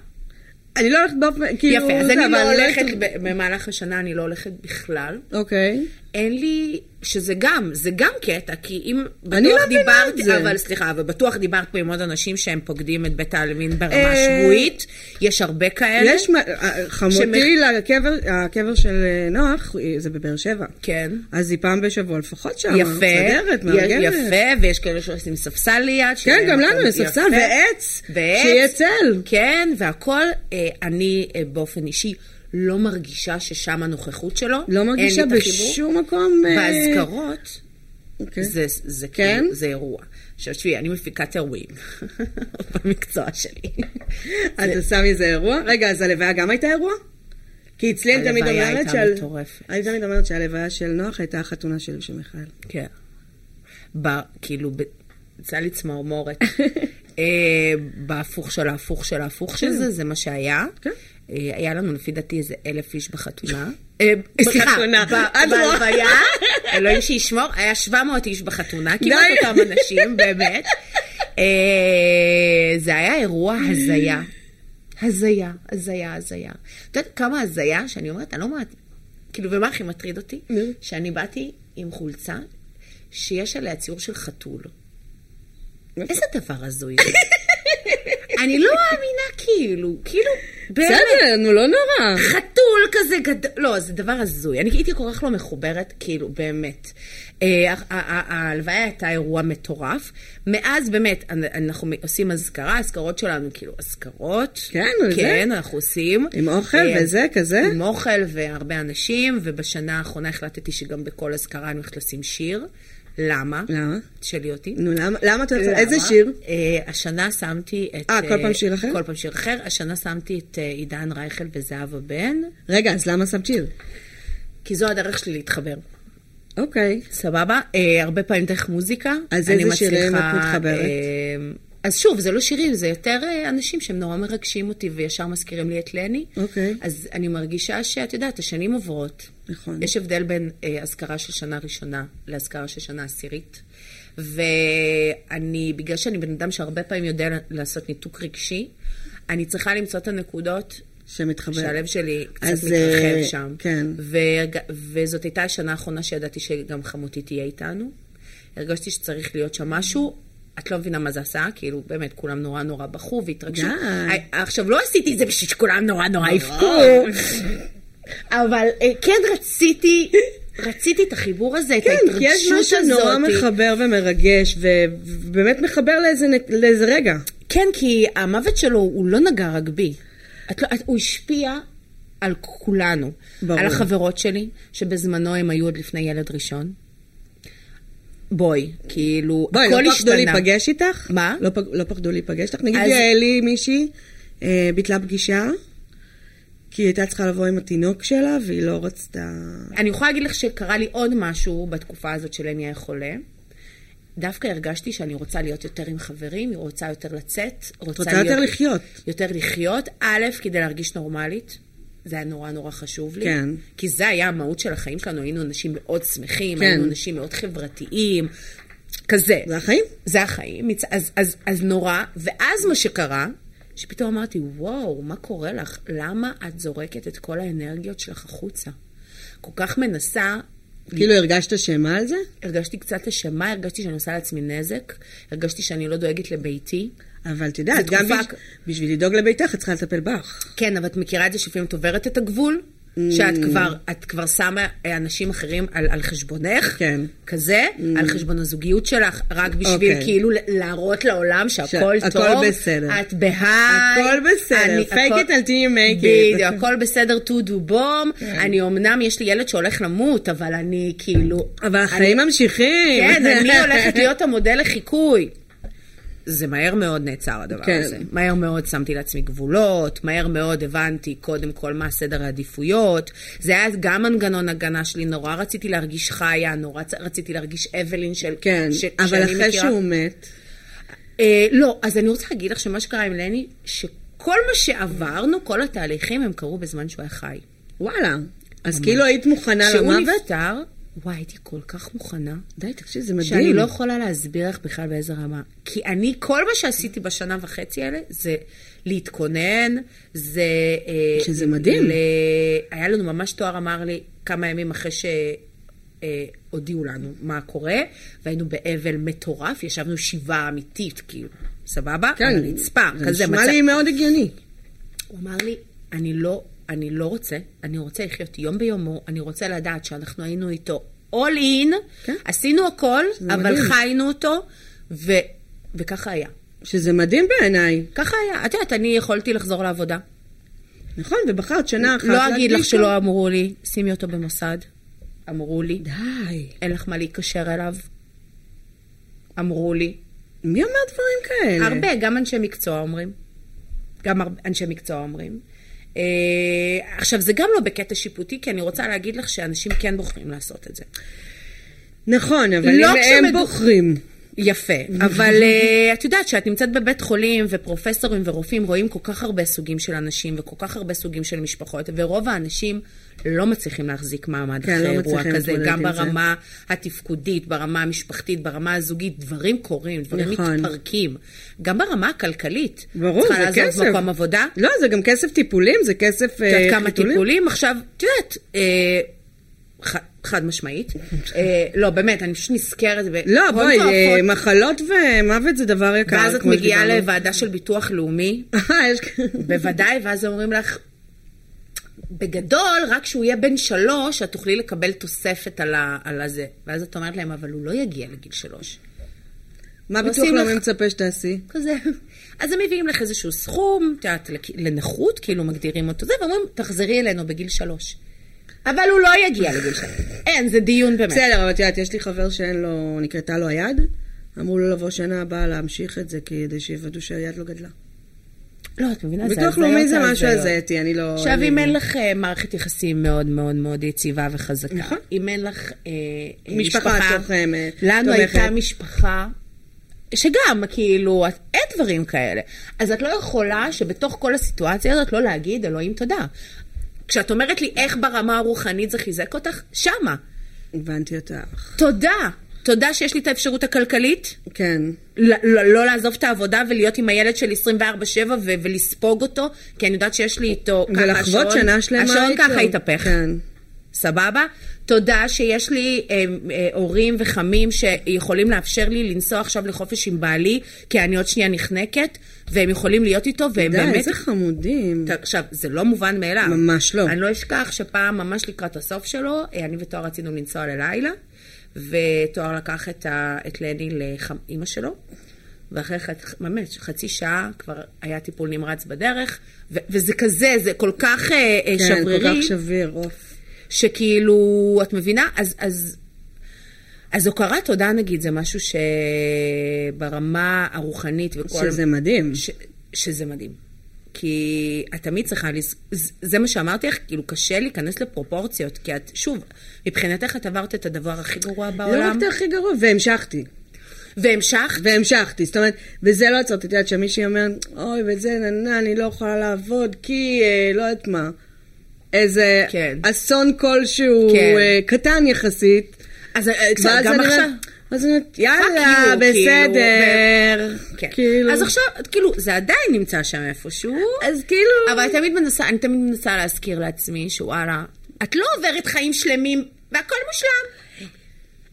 אני לא הולכת באופן, כאילו...
יפה, אז
זה,
אני
אבל
לא הולכת,
הייתי-
ב- במהלך השנה אני לא הולכת בכלל.
אוקיי.
אין לי, שזה גם, זה גם קטע, כי אם בטוח
אני לא מבינה
דיברת,
את זה.
אבל סליחה, אבל בטוח דיברת פה עם עוד אנשים שהם פוקדים את בית העלמין ברמה
אה,
שבועית, יש הרבה כאלה.
יש... מה- אה, חמותי לקבר, הקבר של אה, נוח, אה, זה בבאר שבע.
כן.
אז היא פעם בשבוע לפחות שם.
יפה,
מסדרת,
יש-
מארגנת.
יפה, ויש כאלה שעושים ספסל ליד.
כן,
שזה
גם לנו
מקום
יש ספסל
יפה.
ועץ,
ועץ.
שיהיה צל.
כן, והכל, אה, אני אה, באופן אישי לא מרגישה ששם הנוכחות שלו.
לא
אין לי
מרגישה
את החיבור.
בשום מקום... אה,
באזכרות,
אוקיי.
זה, זה,
כן?
כן? זה אירוע. עכשיו תשמעי, אני מפיקת אירועים, במקצוע שלי.
אז זה שם מזה אירוע. רגע, אז הלוויה גם הייתה אירוע? כי אצלי אני תמיד
הלוויה
אומרת
הייתה
שעל...
מטורפת.
אני תמיד אומרת שהלוויה של נוח הייתה החתונה שלי ושל מיכאל.
כן. ב, כאילו, ב- יצא לי צמרמורת. אה, בהפוך של ההפוך של ההפוך של זה, זה מה שהיה.
כן.
אה, היה לנו לפי דעתי איזה אלף איש בחתונה. אה, סליחה,
בחתונה.
ב-
את רואה.
בהלוויה, אלוהים שישמור, היה 700 איש בחתונה, כמעט
די.
אותם אנשים, באמת. אה, זה היה אירוע הזיה. הזיה, הזיה, הזיה. את יודעת כמה הזיה שאני אומרת, אני לא אומרת, כאילו, ומה הכי מטריד אותי?
נו.
שאני באתי עם חולצה שיש עליה ציור של חתול. איזה דבר הזוי. זה. אני לא מאמינה, כאילו, כאילו, באמת,
בסדר, נו, לא נורא.
חתול כזה גדול, לא, זה דבר הזוי. אני הייתי כל כך לא מחוברת, כאילו, באמת. אה, ה- ה- ה- ההלוויה הייתה אירוע מטורף. מאז באמת, אנ- אנחנו עושים אזכרה, האזכרות שלנו, כאילו, אזכרות.
כן, על זה?
כן, אנחנו עושים.
עם אוכל
אה,
וזה, כזה?
עם אוכל והרבה אנשים, ובשנה האחרונה החלטתי שגם בכל אזכרה אני הולכת לשים שיר. למה?
למה?
תשאלי אותי.
נו, למה- למה אתה... רוצה- איזה
למה?
שיר?
אה, השנה שמתי את...
אה, כל
אה,
פעם שיר אחר?
כל פעם שיר אחר. השנה שמתי את אה, עידן רייכל וזהבה בן,
רגע, אז למה שמת שיר?
כי זו הדרך שלי להתחבר.
אוקיי.
סבבה? אה, הרבה פעמים דרך מוזיקה.
אז
אני
איזה שירים
מצליחה,
את מתחברת?
אה, אז שוב, זה לא שירים, זה יותר אה, אנשים שהם נורא מרגשים אותי וישר מזכירים לי את לני.
אוקיי.
אז אני מרגישה שאת יודעת, השנים עוברות.
נכון.
יש הבדל בין אה, אזכרה של שנה ראשונה לאזכרה של שנה עשירית. ואני, בגלל שאני בן אדם שהרבה פעמים יודע לעשות ניתוק רגשי, אני צריכה למצוא את הנקודות
שמתחבר.
שהלב שלי קצת
אז, אה,
מתרחב שם.
כן.
ו- וזאת הייתה השנה האחרונה שידעתי שגם חמותי תהיה איתנו. הרגשתי שצריך להיות שם משהו. את לא מבינה מה זה עשה, כאילו באמת כולם נורא נורא בכו והתרגשו.
די. אה,
ה- עכשיו, לא עשיתי את זה בשביל שכולם נורא נורא יבכו, אבל אה, כן רציתי, רציתי את החיבור הזה, את
כן, כי
ההתרגשות
יש
הזאת.
משהו נורא מחבר ומרגש, ובאמת מחבר לאיזה נק- לאיזה רגע.
כן, כי המוות שלו הוא לא נגע רק בי. את לא, את, הוא השפיע על כולנו.
ברור.
על החברות שלי, שבזמנו הם היו עוד לפני ילד ראשון. בואי, כאילו,
בואי,
הכל
לא פחדו
השתנה.
להיפגש איתך?
מה?
לא, פג- לא פחדו להיפגש איתך? נגיד
אז-
יעלי מישהי אה, ביטלה פגישה, כי היא הייתה צריכה לבוא עם התינוק שלה, והיא לא רצתה...
אני יכולה להגיד לך שקרה לי עוד משהו בתקופה הזאת שלני היה חולה. דווקא הרגשתי שאני רוצה להיות יותר עם חברים, רוצה יותר לצאת, רוצה,
רוצה יותר
להיות...
לחיות.
יותר לחיות. א', כדי להרגיש נורמלית. זה היה נורא נורא חשוב לי.
כן.
כי זה היה המהות של החיים שלנו, היינו אנשים מאוד שמחים,
כן.
היינו אנשים מאוד חברתיים, כזה.
זה החיים?
זה החיים, מצ- אז, אז, אז נורא. ואז מה שקרה, שפתאום אמרתי, וואו, מה קורה לך? למה את זורקת את כל האנרגיות שלך החוצה? כל כך מנסה
כאילו הרגשת אשמה על זה?
הרגשתי קצת אשמה, הרגשתי שאני עושה לעצמי נזק, הרגשתי שאני לא דואגת לביתי.
אבל את יודעת,
זה
גם
תקופה-
בשביל, בשביל לדאוג לביתך, את צריכה לטפל בך.
כן, אבל את מכירה את זה שלפעמים את עוברת את הגבול?
Mm.
שאת כבר, את כבר שמה אה, אנשים אחרים על, על חשבונך,
כן.
כזה, על חשבון הזוגיות שלך, רק בשביל
אוקיי.
כאילו ל- להראות לעולם שהכל
שהכל
טוב,
בסדר.
את בהיי,
הכל בסדר. Fake
הכל-
it until you make it. כן.
בדיוק, הכל בסדר to do bomb, אני אמנם, יש לי ילד שהולך למות, אבל אני כאילו,
אבל החיים ממשיכים.
כן, אני הולכת להיות המודל לחיקוי. זה מהר מאוד נעצר
כן.
הדבר כן. הזה. מהר מאוד שמתי לעצמי גבולות, מהר מאוד הבנתי קודם כל מה סדר העדיפויות. זה היה גם מנגנון הגנה שלי, נורא רציתי להרגיש חיה, נורא צ- רציתי להרגיש אבלין של...
כן,
ש-
אבל
שאני
אחרי
מכירה.
שהוא מת,
אה, לא, אז אני רוצה להגיד לך שמה שקרה עם לני, שכל מה שעברנו, כל התהליכים, הם קרו בזמן שהוא היה חי.
וואלה. אז כאילו היית מוכנה
כשהוא
למוות?
נפטר, וואי, הייתי כל כך מוכנה.
די, תקשיב, זה מדהים.
שאני לא יכולה להסביר לך בכלל באיזה רמה. כי אני, כל מה שעשיתי בשנה וחצי האלה, זה להתכונן, זה... אה,
שזה מדהים.
ל... היה לנו ממש תואר, אמר לי, כמה ימים אחרי ש... אה, הודיעו לנו מה קורה, והיינו באבל מטורף, ישבנו שבעה אמיתית, כאילו, סבבה? על הרצפה,
כן. זה
כזה
נשמע לי מאוד הגיוני.
הוא אמר לי, אני לא, אני לא רוצה, אני רוצה לחיות יום ביומו, אני רוצה לדעת שאנחנו היינו איתו all in,
כן.
כן. עשינו הכל,
שזה
אבל
מדהים.
חיינו אותו, ו, וככה היה.
שזה מדהים בעיניי.
ככה היה. את יודעת, אני יכולתי לחזור לעבודה.
נכון, ובחרת שנה אחת.
לא אגיד לך
להקדיש לו.
שלא אמרו לי, שימי אותו במוסד. אמרו לי,
די.
אין לך מה להתקשר אליו. אמרו לי.
מי אומר דברים כאלה?
הרבה, גם אנשי מקצוע אומרים. גם הר- אנשי מקצוע אומרים. אה, עכשיו, זה גם לא בקטע שיפוטי, כי אני רוצה להגיד לך שאנשים כן בוחרים לעשות את זה.
נכון, אבל
לא
אם הם
כשמדו-
בוחרים.
יפה, אבל אה, את יודעת שאת נמצאת בבית חולים ופרופסורים ורופאים רואים כל כך הרבה סוגים של אנשים וכל כך הרבה סוגים של משפחות ורוב האנשים לא מצליחים להחזיק מעמד
כן,
אחרי
לא
אירוע
מצליחים
כזה,
להתמודד
גם
עם זה.
ברמה התפקודית, ברמה המשפחתית, ברמה הזוגית, דברים קורים, דברים
נכון.
מתפרקים, גם ברמה הכלכלית.
ברור, זה כסף.
צריכה לעזוב מקום עבודה,
לא, זה גם כסף טיפולים, זה כסף
את
אה,
יודעת כמה
חיתולים.
טיפולים? עכשיו, את יודעת, אה, ח- חד משמעית. אה, לא, באמת, אני פשוט נזכרת. ב-
לא,
הון
בואי, אה,
תועפות.
מחלות ומוות זה דבר יקר.
ואז את
כמו
מגיעה
שדיברנו.
לוועדה של ביטוח לאומי,
אה, יש כאלה.
בוודאי, ואז אומרים לך, בגדול, רק כשהוא יהיה בן שלוש, את תוכלי לקבל תוספת על, ה, על הזה. ואז את אומרת להם, אבל הוא לא יגיע לגיל שלוש.
מה ביטוח
עושים
לאומי
לך-
מצפה שתעשי?
כזה. אז הם מביאים לך איזשהו סכום, את יודעת, לכ- לנכות, כאילו מגדירים אותו זה, ואומרים, תחזרי אלינו בגיל שלוש. אבל הוא לא יגיע לגיל שלוש. אין, זה דיון באמת.
בסדר, אבל את יודעת, יש לי חבר שאין לו, נקרתה לו היד, אמרו לו לבוא שנה הבאה להמשיך את זה כדי שיוודאו שהיד לא גדלה.
לא, את מבינה? זה
ביטוח
הזיות,
לאומי זה
הזיות.
משהו הזייתי, אני לא...
עכשיו,
אני-
אם אין לך אה, מערכת יחסים מאוד מאוד מאוד יציבה וחזקה,
נכון.
אם אין לך אה, אה,
משפחה תוחמת,
לנו
תומכת.
הייתה משפחה, שגם, כאילו, את- אין דברים כאלה. אז את לא יכולה שבתוך כל הסיטואציה הזאת לא להגיד, אלוהים תודה. כשאת אומרת לי איך ברמה הרוחנית זה חיזק אותך, שמה.
הבנתי אותך.
תודה. תודה שיש לי את האפשרות הכלכלית.
כן.
לא, לא, לא לעזוב את העבודה ולהיות עם הילד שלי 24-7 ו- ולספוג אותו, כי אני יודעת שיש לי איתו ככה
ולחוות
השעון-
שנה שלמה
השעון
איתו.
ככה התהפך.
כן.
סבבה? תודה שיש לי אה, אה, הורים וחמים שיכולים לאפשר לי לנסוע עכשיו לחופש עם בעלי, כי אני עוד שנייה נחנקת, והם יכולים להיות איתו, והם
די,
באמת...
איזה חמודים.
ת- עכשיו, זה לא מובן מאליו.
ממש לא.
אני לא אשכח שפעם, ממש לקראת הסוף שלו, אה, אני ותואר רצינו לנסוע ללילה, ותואר לקח את, ה, את לני לאימא שלו, ואחרי חצ, ממש חצי שעה כבר היה טיפול נמרץ בדרך, ו, וזה כזה, זה כל כך אה, אה,
כן,
שברירי.
כל כך שביר, עוף.
שכאילו, את מבינה? אז, אז, אז הוקרת תודה, נגיד, זה משהו שברמה הרוחנית וכל...
שזה מדהים.
ש, שזה מדהים. כי את תמיד צריכה, לז... ז- זה מה שאמרתי לך, כאילו קשה להיכנס לפרופורציות, כי את, שוב, מבחינתך את עברת את הדבר הכי גרוע
לא רק
בעולם,
את הכי גרוע, והמשכתי.
והמשכת,
והמשכתי, זאת אומרת, וזה לא עצרתי, את יודעת שמישהי אומרת, אוי, וזה, ננה, אני לא יכולה לעבוד, כי אה, לא יודעת מה. איזה
כן.
אסון כלשהו
כן.
אה, קטן יחסית.
אז אה, קצת,
ואז
גם
אני
עכשיו.
אומרת, אז אני אומרת, יאללה,
you",
בסדר.
כן.
כאילו,
אז עכשיו, את כאילו, זה עדיין נמצא שם איפשהו.
אז כאילו,
אבל אני תמיד מנסה, אני תמיד מנסה להזכיר לעצמי שוואלה, את לא עוברת חיים שלמים, והכל מושלם.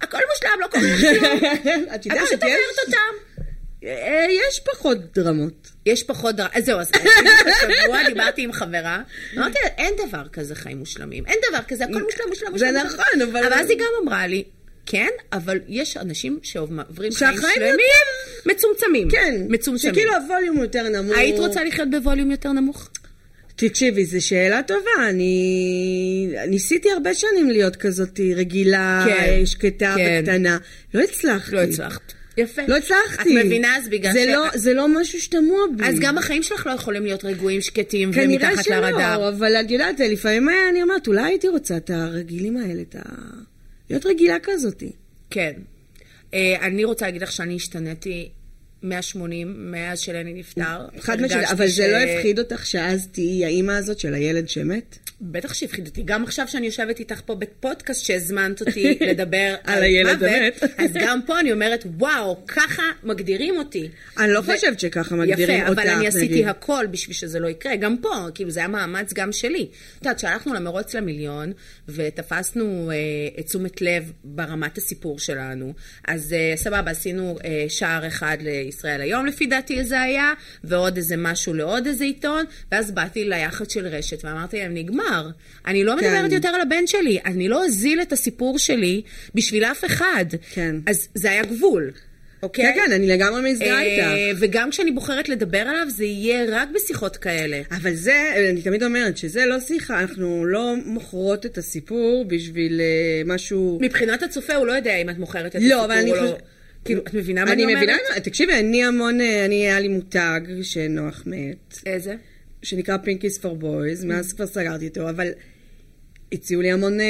הכל מושלם, לא קורה לך כלום.
את
את
יודעת,
פשוט
יש-
עוברת אותם.
אה, יש פחות דרמות.
יש פחות דבר, אז זהו, אז אני השבוע דיברתי עם חברה, אמרתי לה, אין דבר כזה חיים מושלמים, אין דבר כזה, הכל מושלם, מושלם,
זה
מושלם. מושלם."
נכון, אבל-
אבל אז היא גם אמרה לי, כן, אבל יש אנשים שעוברים חיים
שהחיים
שלמים, מצומצמים.
כן.
מצומצמים.
שכאילו אוקיי. הווליום הוא יותר נמוך.
היית רוצה לחיות בווליום יותר נמוך?
תקשיבי, זו שאלה טובה. אני ניסיתי הרבה שנים להיות כזאת רגילה,
כן,
שקטה
כן.
וקטנה. לא הצלחתי.
לא הצלחת. יפה.
לא הצלחתי.
את מבינה אז בגלל
זה
ש...
לא, זה לא משהו שתמוה בי.
אז גם החיים שלך לא יכולים להיות רגועים, שקטים
כנראה
ומתחת
שלא,
לרדאר.
אבל את יודעת, לפעמים אני אומרת, אולי הייתי רוצה את הרגילים האלה, את ה... להיות רגילה כזאת.
כן. אה, אני רוצה להגיד לך שאני השתניתי 180 מאז שלני נפטר.
חד משמעית,
הרגשתי
אבל זה
ש-
לא הפחיד אותך שאז תהיי האימא הזאת של הילד שמת?
בטח שהפחיד אותי. גם עכשיו שאני יושבת איתך פה בפודקאסט שהזמנת אותי לדבר
על הילד המת.
מוות, אז גם פה אני אומרת, וואו, ככה מגדירים אותי.
אני לא
ו-
חושבת שככה מגדירים
יפה, אבל
אותך,
אני עשיתי
נגיד.
הכל בשביל שזה לא יקרה. גם פה, כאילו, זה היה מאמץ גם שלי. את יודעת, שהלכנו למרוץ למיליון, ותפסנו אה, את תשומת לב ברמת הסיפור שלנו. אז אה, סבבה, עשינו אה, שער אחד לישראל היום, לפי דעתי זה היה, ועוד איזה משהו לעוד איזה עיתון, ואז באתי ליחד של רשת, ואמרתי להם, נגמר. אני לא
כן.
מדברת יותר על הבן שלי, אני לא אזיל את הסיפור שלי בשביל אף אחד.
כן.
אז זה היה גבול. אוקיי?
כן, כן, אני לגמרי מזדהה איתך.
אה, וגם כשאני בוחרת לדבר עליו, זה יהיה רק בשיחות כאלה.
אבל זה, אני תמיד אומרת שזה לא שיחה, אנחנו לא מוכרות את הסיפור בשביל אה, משהו...
מבחינת הצופה, הוא לא יודע אם את מוכרת את הסיפור
לא, אבל אני
או לא.
חושבת...
כאילו, את מבינה מה אני אומרת?
אני מבינה, תקשיבי, אני המון, אה, אני, היה לי מותג שנוח מת,
איזה?
שנקרא פינקיס פור בויז,
Mm.
מאז כבר סגרתי אותו, אבל הציעו לי המון אה,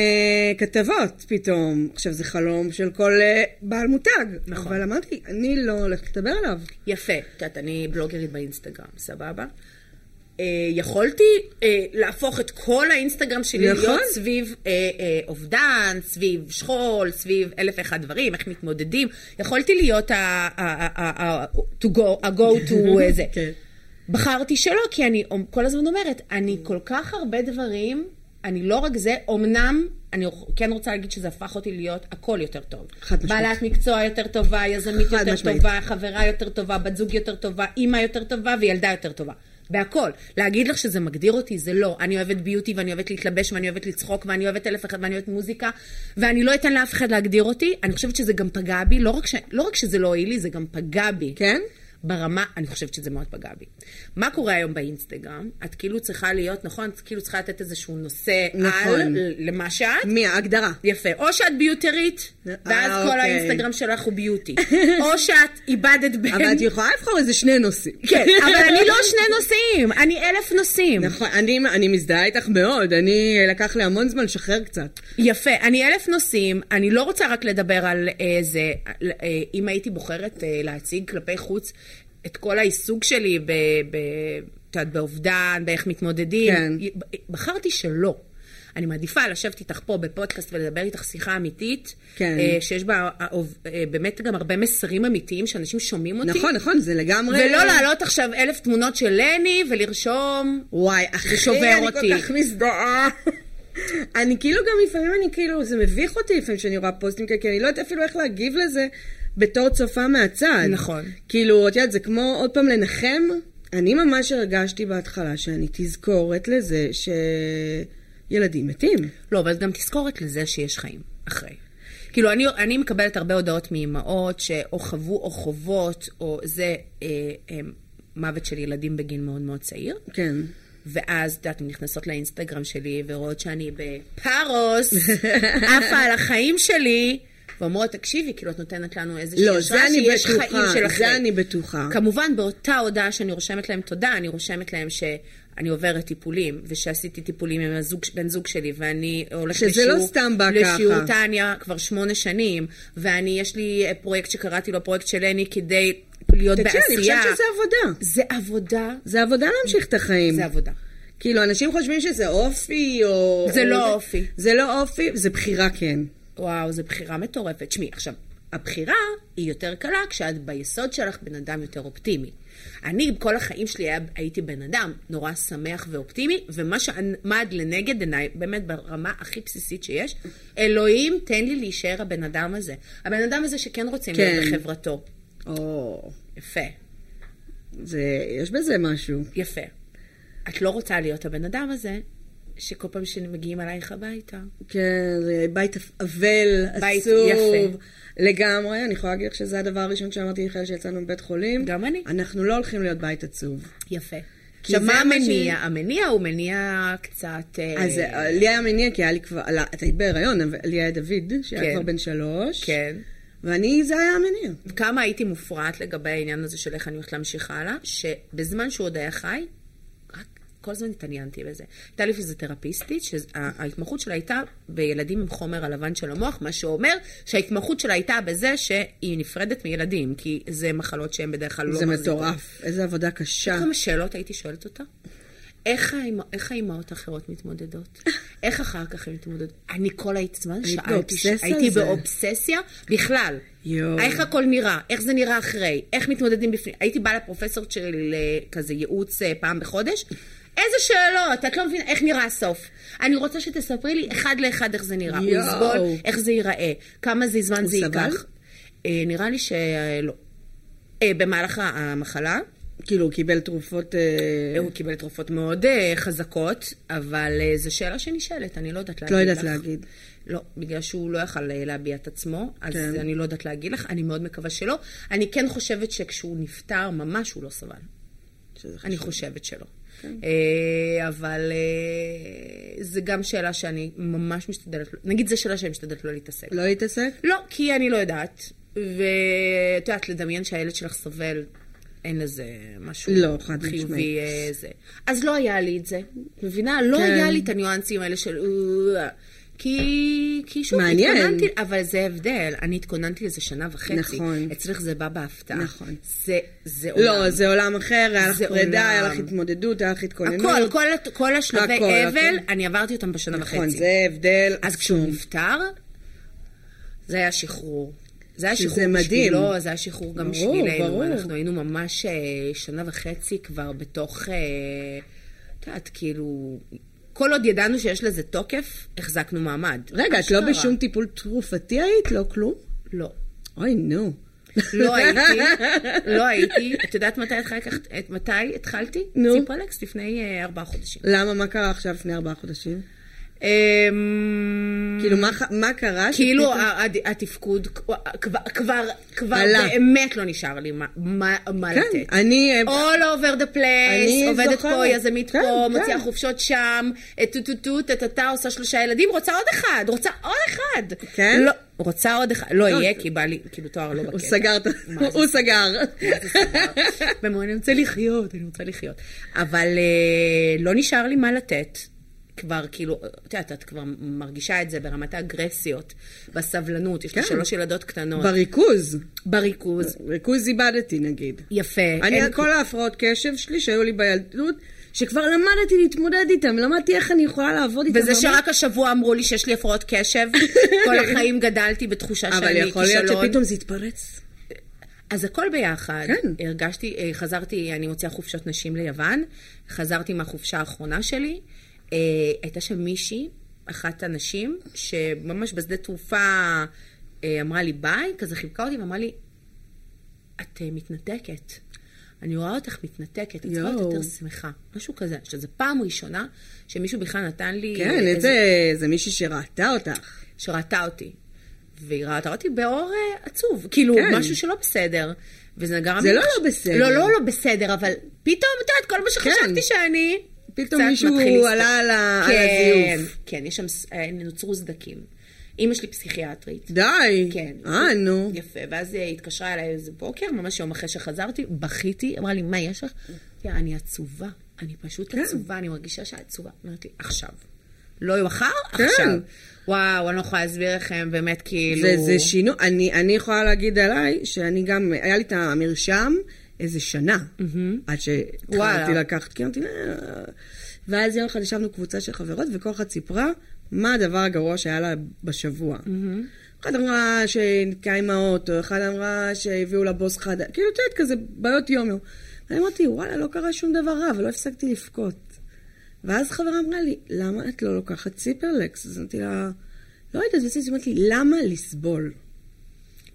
כתבות פתאום. עכשיו, זה חלום של כל אה, בעל מותג.
נכון.
אבל אמרתי, אני לא הולכת לדבר עליו.
יפה. את יודעת, אני בלוגרית באינסטגרם, סבבה? אה, יכולתי אה, להפוך את כל האינסטגרם שלי
נכון.
להיות סביב אה, אה, אובדן, סביב שכול, סביב אלף ואחד דברים, איך מתמודדים. יכולתי להיות ה-go-to זה.
כן.
בחרתי שלא, כי אני אומ- כל הזמן אומרת, אני כל כך הרבה דברים, אני לא רק זה, אמנם, אני כן רוצה להגיד שזה הפך אותי להיות הכל יותר טוב.
חד משמעית.
בעלת מקצוע יותר טובה, יזמית
חד
יותר
משמעית.
טובה, חברה יותר טובה, בת זוג יותר טובה, אימא יותר טובה וילדה יותר טובה. בהכל. להגיד לך שזה מגדיר אותי, זה לא. אני אוהבת ביוטי, ואני אוהבת להתלבש, ואני אוהבת לצחוק, ואני אוהבת אלף אחד, ואני אוהבת מוזיקה, ואני לא אתן לאף אחד להגדיר אותי. אני חושבת שזה גם פגע בי, לא רק, ש... לא רק שזה לא הועיל לי, זה גם פגע בי.
כן?
ברמה, אני חושבת שזה מאוד פגע בי. מה קורה היום באינסטגרם? את כאילו צריכה להיות, נכון? את כאילו צריכה לתת איזשהו נושא
נכון.
על למה שאת.
מי ההגדרה?
יפה. או שאת ביוטרית, ואז
אה,
כל
אוקיי.
האינסטגרם שלך הוא ביוטי. או שאת איבדת בן...
אבל את יכולה לבחור איזה שני נושאים.
כן, אבל אני לא שני נושאים, אני אלף נושאים.
נכון, אני, אני מזדהה איתך מאוד, אני לקח לי המון זמן לשחרר קצת.
יפה, אני אלף נושאים, אני לא רוצה רק לדבר על אה, זה, על, אה, אם הייתי בוחרת אה, להציג כלפי חוץ את כל העיסוק שלי ב... ב את יודעת, באובדן, באיך מתמודדים.
כן.
י- ב- בחרתי שלא. אני מעדיפה לשבת איתך פה בפודקאסט ולדבר איתך שיחה אמיתית,
כן.
אה, שיש בה אה, אוב- אה, באמת גם הרבה מסרים אמיתיים שאנשים שומעים אותי.
נכון, נכון, זה לגמרי...
ולא להעלות עכשיו אלף תמונות של לני ולרשום
וואי, אחי,
שובר
אני
אותי.
כל כך מזדהה. אני כאילו גם לפעמים, אני כאילו, זה מביך אותי לפעמים שאני רואה פוסטים כאלה, כי אני לא יודעת אפילו איך להגיב לזה בתור צופה מהצד.
נכון.
כאילו, את יודעת, זה כמו עוד פעם לנחם. אני ממש הרגשתי בהתחלה שאני תזכורת לזה שילדים מתים.
לא, אבל גם תזכורת לזה שיש חיים אחרי. כאילו, אני, אני מקבלת הרבה הודעות מאימהות שאו חוו או חוות, או זה אה, אה, מוות של ילדים בגיל מאוד מאוד צעיר.
כן.
ואז, את יודעת, הן נכנסות לאינסטגרם שלי ורואות שאני בפארוס, עפה על החיים שלי. ואומרות, תקשיבי, כאילו את נותנת לנו איזושהי
לא,
השראה
זה אני
שיש חיים של
בטוחה,
אחרי.
זה אני בטוחה.
כמובן, באותה הודעה שאני רושמת להם תודה, אני רושמת להם שאני עוברת טיפולים, ושעשיתי טיפולים עם הזוג, בן זוג שלי, ואני הולכת
שזה
לשיעור...
לא סתם בא
לשיעור
ככה.
טניה כבר שמונה שנים, ואני, יש לי אה, פרויקט שקראתי לו הפרויקט של לני כדי להיות
תקשיב, אני
בעשייה.
חושבת שזה עבודה.
זה עבודה,
זה עבודה להמשיך את החיים.
זה עבודה.
כאילו, אנשים חושבים שזה אופי, או...
זה
או
לא אופי.
זה לא אופי, זה בחירה כן.
וואו, זו בחירה מטורפת. תשמעי, עכשיו, הבחירה היא יותר קלה כשאת ביסוד שלך בן אדם יותר אופטימי. אני כל החיים שלי היה, הייתי בן אדם נורא שמח ואופטימי, ומה שעמד לנגד עיניי, באמת ברמה הכי בסיסית שיש, אלוהים, תן לי להישאר הבן אדם הזה. הבן אדם הזה שכן רוצים
כן.
להיות בחברתו.
או...
יפה,
זה... יש בזה משהו.
יפה. את לא רוצה להיות הבן אדם הזה, שכל פעם שמגיעים אלייך הביתה,
כן, זה בית אבל,
בית
עצוב.
יפה.
לגמרי, אני יכולה להגיד לך שזה הדבר הראשון שאמרתי לך כשיצאנו מבית חולים.
גם אני.
אנחנו לא הולכים להיות בית עצוב.
יפה.
כי
עכשיו,
זה
מה
מה
המניע?
ש-
המניע הוא מניע קצת... אה,
אז אה, לי היה מניע, כי היה לי כבר, לא, את היית בהיריון, אבל לי היה דוד, שהיה
כן.
כבר בן שלוש.
כן.
ואני, זה היה המניע.
כמה הייתי מופרעת לגבי העניין הזה של איך אני הולכת להמשיך הלאה, שבזמן שהוא עוד היה חי, רק כל הזמן התעניינתי בזה. הייתה לי פיזיותרפיסטית, שההתמחות שלה הייתה בילדים עם חומר הלבן של המוח, מה שאומר שההתמחות שלה הייתה בזה שהיא נפרדת מילדים, כי זה מחלות שהן בדרך כלל לא
זה
מחזיקות.
מטורף, איזה עבודה קשה.
כמה שאלות הייתי שואלת אותה. איך, האימא, איך האימהות האחרות מתמודדות? איך אחר כך הן מתמודדות? אני כל הזמן
היית
שאלתי, ש-
באובססיה
הייתי
על זה.
באובססיה בכלל.
יואו.
איך הכל נראה, איך זה נראה אחרי, איך מתמודדים בפנים. הייתי באה לפרופסור של כזה ייעוץ אה, פעם בחודש, איזה שאלות, את לא מבינה איך נראה הסוף. אני רוצה שתספרי לי אחד לאחד איך זה נראה. הוא
יואו.
יסבול, איך זה ייראה, כמה זה זמן
הוא
זה ייקח.
סבל?
אה, נראה לי שלא. אה, במהלך המחלה.
כאילו, הוא קיבל תרופות... אה,
הוא קיבל תרופות מאוד אה, חזקות, אבל אה, זו שאלה שנשאלת, אני לא יודעת להגיד
לא
לך.
יודעת להגיד.
לא, בגלל שהוא לא יכל אה, להביע את עצמו, אז
כן.
אני לא יודעת להגיד לך, אני מאוד מקווה שלא. אני כן חושבת שכשהוא נפטר, ממש הוא לא סבל.
שזה
אני חושבת שלא.
כן.
אה, אבל אה, זה גם שאלה שאני ממש משתדלת, נגיד זו שאלה שאני משתדלת לא להתעסק.
לא להתעסק?
לא, כי אני לא יודעת. ואת יודעת, לדמיין שהילד שלך סובל, אין לזה משהו
לא, חד משמעית.
חיובי. אה, זה. אז לא היה לי את זה. מבינה? לא
כן.
היה לי את הניואנסים האלה של... "אה", כי, כי שוב,
מעניין.
התכוננתי, אבל זה הבדל. אני התכוננתי לזה שנה וחצי.
נכון.
אצלך זה בא בהפתעה.
נכון.
זה, זה עולם.
לא, זה עולם אחר, היה לך
זה
פרידה, היה
עולם.
לך התמודדות, היה לך התכוננות.
הכל, כל, הת- כל השלבי
הכל,
אבל,
הכל.
אני עברתי אותם בשנה
נכון,
וחצי.
זה הבדל
אז כשהוא נפטר, זה היה שחרור. זה היה
שזה
שחרור
מדהים.
בשבילו, זה היה שחרור גם
ברור,
בשבילנו.
ברור.
אנחנו היינו ממש אה, שנה וחצי כבר בתוך, אה, את יודעת, כאילו, כל עוד ידענו שיש לזה תוקף, החזקנו מעמד.
רגע, את לא
אשכרה.
בשום טיפול תרופתי היית? לא כלום?
לא.
אוי, נו.
לא הייתי, לא הייתי. את יודעת מתי התחלתי? את מתי התחלתי?
נו.
ציפרלקס לפני אה, ארבעה חודשים.
למה, מה קרה עכשיו לפני ארבעה חודשים?
אמ,
כאילו, מה ח- מה קרה?
כאילו
שפתאום-
ה- הד- התפקוד כבר- כבר, כבר
עלה.
באמת לא נשאר לי מה- מה מה לתת.
כן, אני...
All over the
אני
place, עובדת
זוכרת.
פה, יזמית
כן,
פה,
כן.
מוציאה חופשות שם, אה, טו טו טו, טה טה טה, עושה שלושה ילדים, רוצה עוד אחד, רוצה עוד אחד.
כן?
לא, רוצה עוד אחד, לא יהיה, כי בא לי, כאילו, תואר לא
הוא
בקטע.
סגר את... הוא סגר.
במה אני רוצה לחיות, אני רוצה לחיות. אבל אה, לא נשאר לי מה לתת. כבר כאילו, את יודעת, את כבר מרגישה את זה ברמת האגרסיות, בסבלנות, יש לי
כן.
שלוש ילדות קטנות,
בריכוז.
בריכוז,
ריכוז איבדתי, נגיד.
יפה. אין-
אני, כל ההפרעות קשב שלי שהיו לי בילדות, שכבר למדתי להתמודד איתם, למדתי איך אני יכולה לעבוד איתם.
וזה
ממש.
שרק השבוע אמרו לי שיש לי הפרעות קשב, כל החיים גדלתי בתחושה שאני
אבל
כישלון.
יכול להיות שפתאום זה יתפרץ.
אז הכל ביחד.
כן.
הרגשתי, אה, חזרתי, אני מוציאה חופשות נשים ליוון, חזרתי מהחופשה האחרונה שלי, אה, הייתה שם מישהי, אחת הנשים, שממש בשדה תעופה אה, אמרה לי ביי, כזה חיבקה אותי ואמרה לי, את אה, מתנתקת. אני רואה אותך מתנתקת, את צריכה להיות
יואו.
יותר שמחה. משהו כזה, שזו פעם ראשונה שמישהו בכלל נתן לי...
כן,
איזה-
איזה... זה מישהי שראתה אותך.
שראתה אותי. והיא ראתה אותי באור אה, עצוב, כאילו
כן.
משהו שלא בסדר. וזה גרם
זה
לי
לא
לחש-
לא בסדר. כן.
לא, לא לא בסדר, אבל פתאום, את יודעת, כל מה שחשבתי שאני...
פתאום
קצת
מישהו
מתחיל לסת-
עלה על ה- על
כן,
הזיוף.
כן, יש שם, ס- אה, נוצרו סדקים. אימא שלי פסיכיאטרית.
די.
כן.
אה, נו.
יפה. ואז היא התקשרה אליי איזה בוקר, ממש יום אחרי שחזרתי, בכיתי, אמרה לי, מה יש לך? יא, אני עצובה. אני
כן.
פשוט עצובה, אני מרגישה שעצובה. אמרתי, עכשיו. לא מחר,
כן.
עכשיו. וואו, אני לא יכולה להסביר לכם, באמת, כאילו...
זה, זה שינוי, אני, אני יכולה להגיד עליי שאני גם, היה לי את המרשם איזה שנה, עד שהתחלתי
וואלה.
לקחת, כי אמרתי, "לא, לא, לא." ואז יום אחד ישבנו קבוצה של חברות, וכל אחת סיפרה מה הדבר הגרוע שהיה לה בשבוע. אחת אמרה שנתקעה עם האוטו, אחת אמרה שהביאו לה בוס חדש, כאילו, את יודעת, כזה בעיות יום-יום. אני אמרתי, וואלה, לא קרה שום דבר רע, ולא הפסקתי לבכות. ואז חברה אמרה לי, למה את לא לוקחת ציפרלקס? אז אמרתי לה, לא יודעת, אז היא אמרתי, למה לסבול?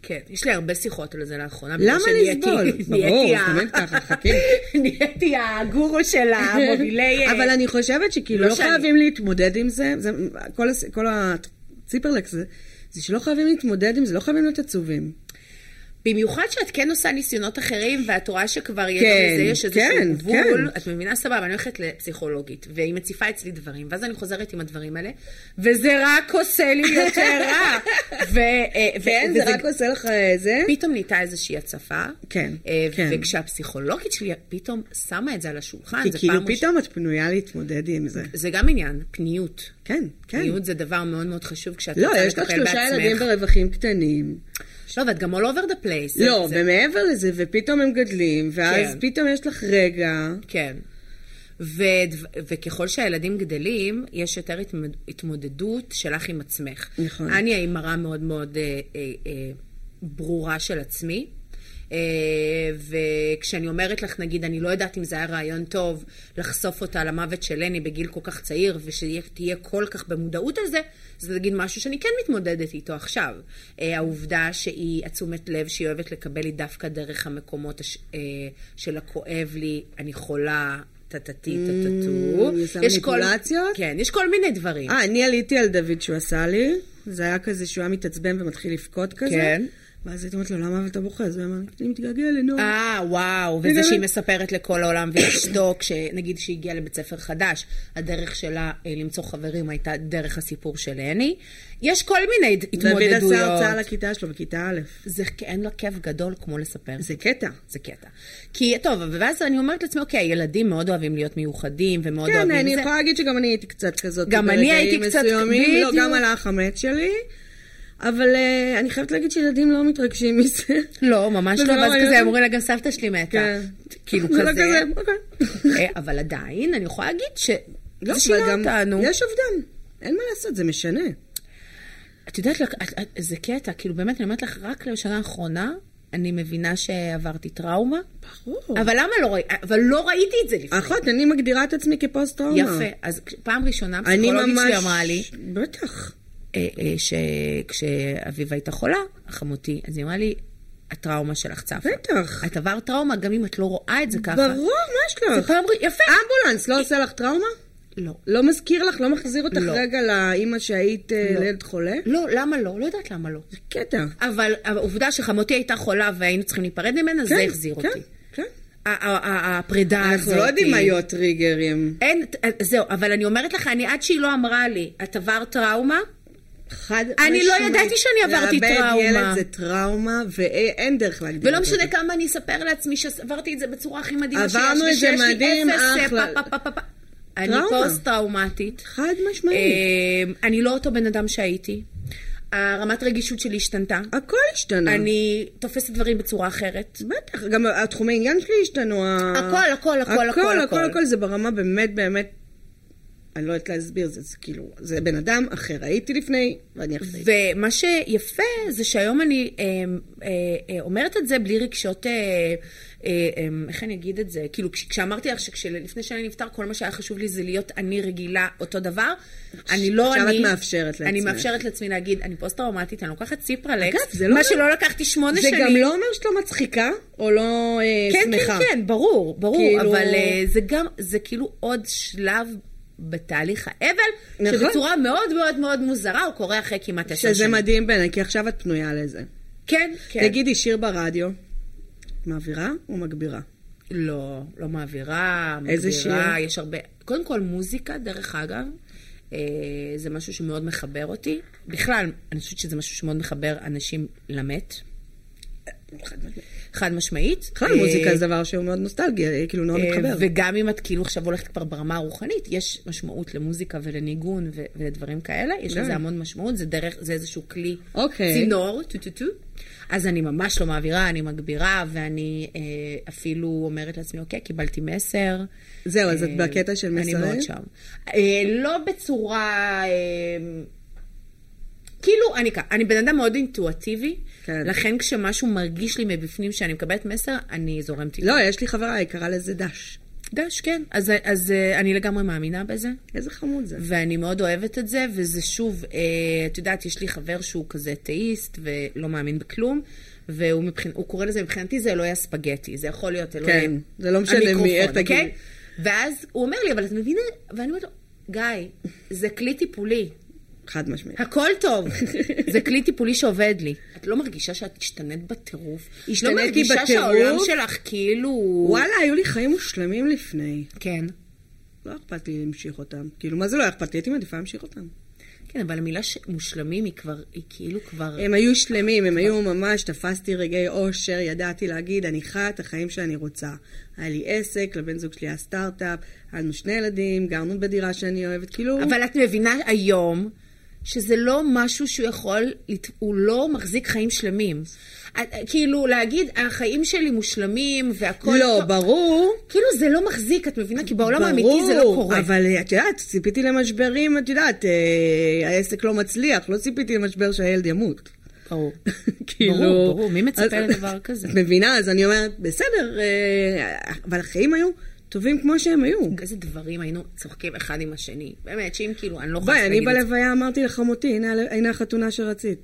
כן, יש לי הרבה שיחות על זה לאחרונה.
למה
בגלל שנהייתי-
לסבול?
נהייתי
ברור,
ה-
זאת אומרת ככה, חכי.
נהייתי הגורו של המובילי... אה,
אבל אני חושבת שכאילו
לא
לא
שאני-
חייבים להתמודד עם זה, זה- כל הס- כל הציפרלקס זה- זה שלא חייבים להתמודד עם זה, לא חייבים להיות עצובים.
במיוחד שאת כן עושה ניסיונות אחרים, ואת רואה שכבר יש
כן,
לזה, יש איזשהו
כן,
גבול, את מבינה סבבה, אני הולכת לפסיכולוגית, והיא מציפה אצלי דברים, ואז אני חוזרת עם הדברים האלה, וזה רק עושה לי יותר רע. ו- אה, ו-
כן, זה
וזה-
רק עושה לך
אה,
זה.
פתאום נהייתה איזושהי הצפה.
כן,
אה,
כן.
וכשהפסיכולוגית שלי פתאום שמה את זה על השולחן,
כי
זה
כאילו
פעם ראשונה-
פתאום את פנויה להתמודד עם זה.
זה גם עניין, פניות.
כן, כן.
פניות זה דבר מאוד מאוד חשוב כשאת
לא,
רוצה
יש לך
לטפל
שלושה
בעצמך.
ילדים ברווחים קטנים.
לא, ואת גם all over the place. זה-
לא,
זה-
ומעבר לזה, ופתאום הם גדלים, ואז
כן.
פתאום יש לך רגע.
כן. ו... וככל שהילדים גדלים, יש יותר התמד... התמודדות שלך עם עצמך.
נכון.
אני האימרה מאוד מאוד אה, אה, אה, ברורה של עצמי. אה, וכשאני אומרת לך, נגיד, אני לא יודעת אם זה היה רעיון טוב לחשוף אותה למוות של לני בגיל כל כך צעיר, ושתהיה כל כך במודעות על זה, זה נגיד משהו שאני כן מתמודדת איתו עכשיו. אה, העובדה שהיא, התשומת לב שהיא אוהבת לקבל היא דווקא דרך המקומות הש... אה, של הכואב לי, אני חולה, טטטי, טטטו.
היא עושה
יש כל-
מניפולציות?
כן, יש כל מיני דברים.
אה, אני עליתי על דוד שהוא עשה לי, זה היה כזה שהוא היה מתעצבן ומתחיל לבכות כזה.
כן.
ואז הייתי אומרת לו, למה אתה בוכה? אז הוא אמר, אני מתגעגע לנוער.
אה, וואו, וזה שהיא מספרת לכל העולם ואשתו, כשנגיד שהיא הגיעה לבית ספר חדש, הדרך שלה אה, למצוא חברים הייתה דרך הסיפור של הני. יש כל מיני הת-
דוד
התמודדויות.
עשה הרצאה לכיתה שלו בכיתה א'. כן,
זה אין לה כיף גדול כמו לספר.
זה קטע.
זה קטע. כי, טוב, ואז אני אומרת לעצמי, אוקיי, ילדים מאוד אוהבים להיות מיוחדים, ומאוד
כן,
אוהבים
אני
זה.
יכולה להגיד שגם אני הייתי קצת כזאת.
גם אני
ברגעים
הייתי קצת-
מסוימים, לא,
בדיוק.
גם על האח המת שלי. אבל אה, אני חייבת להגיד שילדים לא מתרגשים מזה.
לא, ממש
וזה
לא,
לא
ואז
מעניין
כזה
אותי.
אמרו לה, גם סבתא שלי מתה.
כן.
כאילו
זה לא
כזה.
אוקיי.
אה, אבל עדיין, אני יכולה להגיד ש...
לא,
זה שינה
אבל גם
אותנו.
יש אובדן. אין מה לעשות, זה משנה.
את יודעת, לק- את- את- זה קטע, כאילו באמת, אני אומרת לך, רק לשנה האחרונה, אני מבינה שעברתי טראומה,
ברור.
אבל למה לא ראיתי? אבל לא ראיתי את זה לפני.
אחות, אני מגדירה את עצמי כפוסט-טראומה.
יפה, אז כש- פעם ראשונה,
אני
פסיכולוגית
ממש...
שלי אמרה לי,
בטח.
אה, אה, שכשאביבה הייתה חולה, חמותי, אז היא אמרה לי, הטראומה שלך צפה.
בטח.
את עברת טראומה, גם אם את לא רואה את זה ככה.
ברור, מה יש
זה
לך?
פעם ראשונה, יפה.
אמבולנס לא עושה לך טראומה?
לא.
לא מזכיר לך, לא מחזיר אותך
לא.
רגע לאימא שהיית אה, לילד חולה?
לא, למה לא? לא יודעת למה לא.
קטע.
אבל העובדה שחמותי הייתה חולה והיינו צריכים להיפרד ממנה, זה החזיר
כן,
אותי.
כן.
ה- ה- ה- הפרידה הזאת. כאילו.
אנחנו לא יודעים מה יהיו הטריגרים.
אין, זהו, אבל אני אומרת לך, אני עד שהיא לא אמרה לי, את עברת טראומה,
חד
אני לא
משמעית.
ידעתי שאני עברתי טראומה.
לאבד ילד זה טראומה, ואין דרך להגדיר
ולא
את זה.
משנה כמה אני אספר לעצמי שעברתי את זה בצורה הכי מדהימה שיש,
עברנו את זה
ושיש לי
מדהים,
אפס, אה,
אחלה.
פה, פה, פה, פה, פה. אני
טראומה.
פוסט-טראומטית.
חד משמעית.
אמ, אני לא אותו בן אדם שהייתי. הרמת רגישות שלי השתנתה.
הכל השתנה.
אני תופסת דברים בצורה אחרת.
בטח, גם התחומי עניין שלי השתנו. ה-
הכל, הכל, הכל,
הכל,
הכל,
הכל,
הכל.
הכל, זה ברמה באמת באמת, אני לא יודעת להסביר, זה זה כאילו, זה בן אדם אחר, הייתי לפני, ואני אחרי.
ומה שיפה זה שהיום אני אה, אה, אה, אומרת את זה בלי רגשות, אה, אה, אה, איך אני אגיד את זה? כאילו, כש, כשאמרתי לך שכשלפני שנה נפטר, כל מה שהיה חשוב לי זה להיות אני רגילה אותו דבר. אני לא
עכשיו
אני...
את מאפשרת
אני
לעצמך.
מאפשרת לעצמי להגיד, אני פוסט-טראומטית, אני לוקחת
אגב,
ציפרלקס,
זה לא
מה
אומר-
שלא לקחתי שמונה
זה
שנים.
גם לא אומר שאת לא מצחיקה, או לא אה,
כן,
שמחה.
כן, כן, ברור, ברור,
כאילו-
אבל אה, זה גם, זה כאילו עוד שלב בתהליך האבל,
נכון.
שבצורה מאוד מאוד מאוד מוזרה הוא קורה אחרי כמעט עשר
שזה
שנים.
מדהים בעיניי, כי עכשיו את פנויה לזה.
כן, כן.
תגידי, שיר ברדיו, מעבירה או מגבירה?
לא, לא מעבירה,
איזה
מגבירה,
שיר?
יש הרבה... קודם כל, מוזיקה, דרך אגב, אה, זה משהו שמאוד מחבר אותי. בכלל, אני חושבת שזה משהו שמאוד מחבר אנשים למת, חד משמעית.
בכלל,
אה,
מוזיקה זה דבר שהוא מאוד נוסטלגי, אה, כאילו נורא
אה,
מתחבר.
וגם אם את כאילו עכשיו הולכת כבר ברמה הרוחנית, יש משמעות למוזיקה ולניגון ו- ולדברים כאלה, יש
כן.
לזה המון משמעות, זה דרך, זה איזשהו כלי,
אוקיי.
צינור, טו-טו-טו. אז אני ממש לא מעבירה, אני מגבירה, ואני אה, אפילו אומרת לעצמי, אוקיי, קיבלתי מסר.
זהו, אז את
אה,
בקטע של מסרים?
אני מאוד שם. אה, לא בצורה... אה, כאילו, אני, כ- אני בן אדם מאוד אינטואטיבי,
כן.
לכן כשמשהו מרגיש לי מבפנים שאני מקבלת מסר, אני זורמת איתו.
לא, יש לי חברה, היא קראה לזה דש.
דש, כן. אז, אז אה, אני לגמרי מאמינה בזה,
איזה חמוד זה.
ואני מאוד אוהבת את זה, וזה שוב, אה, את יודעת, יש לי חבר שהוא כזה אתאיסט ולא מאמין בכלום, והוא מבחינ... הוא קורא לזה, מבחינתי זה אלוהי הספגטי, זה יכול להיות אלוהי
כן, זה לא משנה מי,
המיקרופון,
איך תגידי.
אוקיי? ואז הוא אומר לי, אבל את מבינה? ואני אומרת לו, גיא, זה כלי טיפולי.
חד משמעית.
הכל טוב, זה כלי טיפולי שעובד לי. את לא מרגישה שאת השתנית בטירוף?
השתניתי
לא מרגישה
בטירוף?
שהעולם שלך כאילו...
וואלה, היו לי חיים מושלמים לפני.
כן.
לא אכפת לי להמשיך אותם. כאילו, מה זה לא היה אכפת לי? הייתי מעדיפה להמשיך אותם.
כן, אבל המילה ש- מושלמים היא כבר, היא כאילו כבר...
הם היו שלמים, הם היו ממש, תפסתי רגעי אושר, ידעתי להגיד, אני חיה את החיים שאני רוצה. היה לי עסק, לבן זוג שלי היה סטארט-אפ, היה לנו שני ילדים, גרנו בדירה שאני אוהבת, כאילו...
אבל את מבינה היום שזה לא משהו שהוא יכול, לת- הוא לא מחזיק חיים שלמים. את- כאילו, להגיד, החיים שלי מושלמים והכל...
לא, ברור.
כאילו, זה לא מחזיק, את מבינה? כי בעולם האמיתי זה לא קורה.
אבל אה, את יודעת, ציפיתי למשברים, את יודעת, אה, העסק לא מצליח, לא ציפיתי למשבר שהילד ימות.
ברור.
כאילו...
ברור, ברור, מי מצפה
אז-
לדבר כזה?
את מבינה? אז אני אומרת, בסדר, אה, אבל החיים היו טובים כמו שהם היו.
איזה דברים היינו צוחקים אחד עם השני. באמת, שאם כאילו, אני לא
ביי, אני
להגיד את זה.
בלוויה אמרתי לחמותי, הנה ה- הנה החתונה שרצית.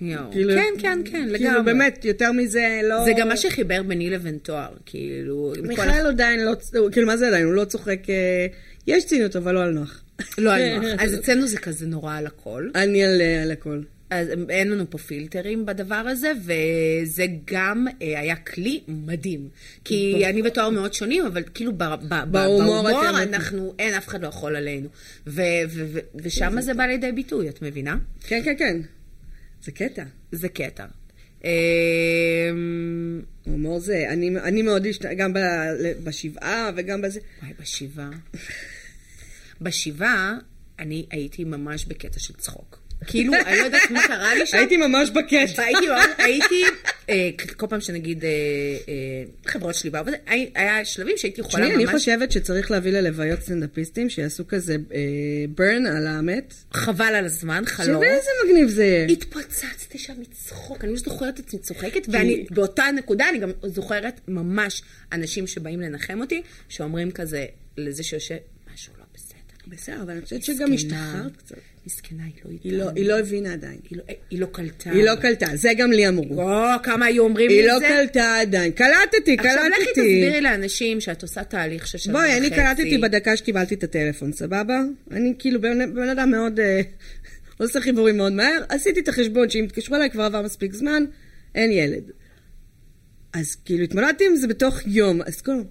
יואו.
כאילו-
כן, כן, כן, לגמרי.
כאילו, באמת, יותר מזה לא...
זה גם מה שחיבר ביני לבין תואר, כאילו... עם כל
מיכאל עדיין לא... צ- כאילו, מה זה עדיין? הוא לא צוחק... אה, יש ציניות, אבל לא על נוח.
לא על
כן.
נוח. אז אצלנו זה כזה נורא על הכל.
אני על אה, על הכל.
אז אין לנו פה פילטרים בדבר הזה, וזה גם אה, היה כלי מדהים. כי אני בתואר מאוד שונים, אבל כאילו ב- ב- ב-
נכון. בהומור
בהומור
אתם-
אנחנו, אין, אף אחד לא יכול עלינו. ו- ו- ו- ושם זה בא לידי ביטוי, את מבינה?
כן, כן, כן. זה קטע.
זה קטע. אמ,
הומור זה, אני, אני מאוד השת... גם ב, בשבעה וגם בזה.
וואי, בשבעה. בשבעה, אני הייתי ממש בקטע של צחוק. כאילו, אני לא יודעת מה קרה לי שם.
הייתי ממש בקטע.
והייתי ממש, הייתי, אה, כל פעם שנגיד אה, אה, חברות שלי באו, וזה, הי- היה שלבים שהייתי יכולה
תשמעי, אני
ממש,
חושבת שצריך להביא ללוויות סטנדאפיסטים שיעשו כזה אה, burn על המת.
חבל על הזמן, חלום.
שזה איזה מגניב זה יהיה.
התפוצצתי שם מצחוק, אני ממש זוכרת את עצמי צוחקת, ואני באותה נקודה, אני גם זוכרת ממש אנשים שבאים לנחם אותי, שאומרים כזה לזה שיושב, משהו לא בסדר.
בסדר, אבל אני חושבת שגם
מסכנה.
השתחררת קצת.
מסכנה, היא לא
היא לא-
איתנו.
היא לא הבינה עדיין.
היא לא- היא לא קלטה.
היא לא קלטה, זה גם לי אמרו.
או, כמה היו אומרים לי
היא
את זה.
לא קלטה עדיין. קלטתי,
עכשיו לכי
קלטתי.
תסבירי לאנשים שאת עושה תהליך של שנה
בואי, אני
וחצי.
קלטתי בדקה שקיבלתי את הטלפון, סבבה? אני כאילו בן בן אדם מאוד... אה, עושה חיבורים מאוד מהר. עשיתי את החשבון שאם תתקשרו אליי כבר עבר מספיק זמן, אין ילד. אז כאילו התמודדתי עם זה בתוך יום. אז כאילו,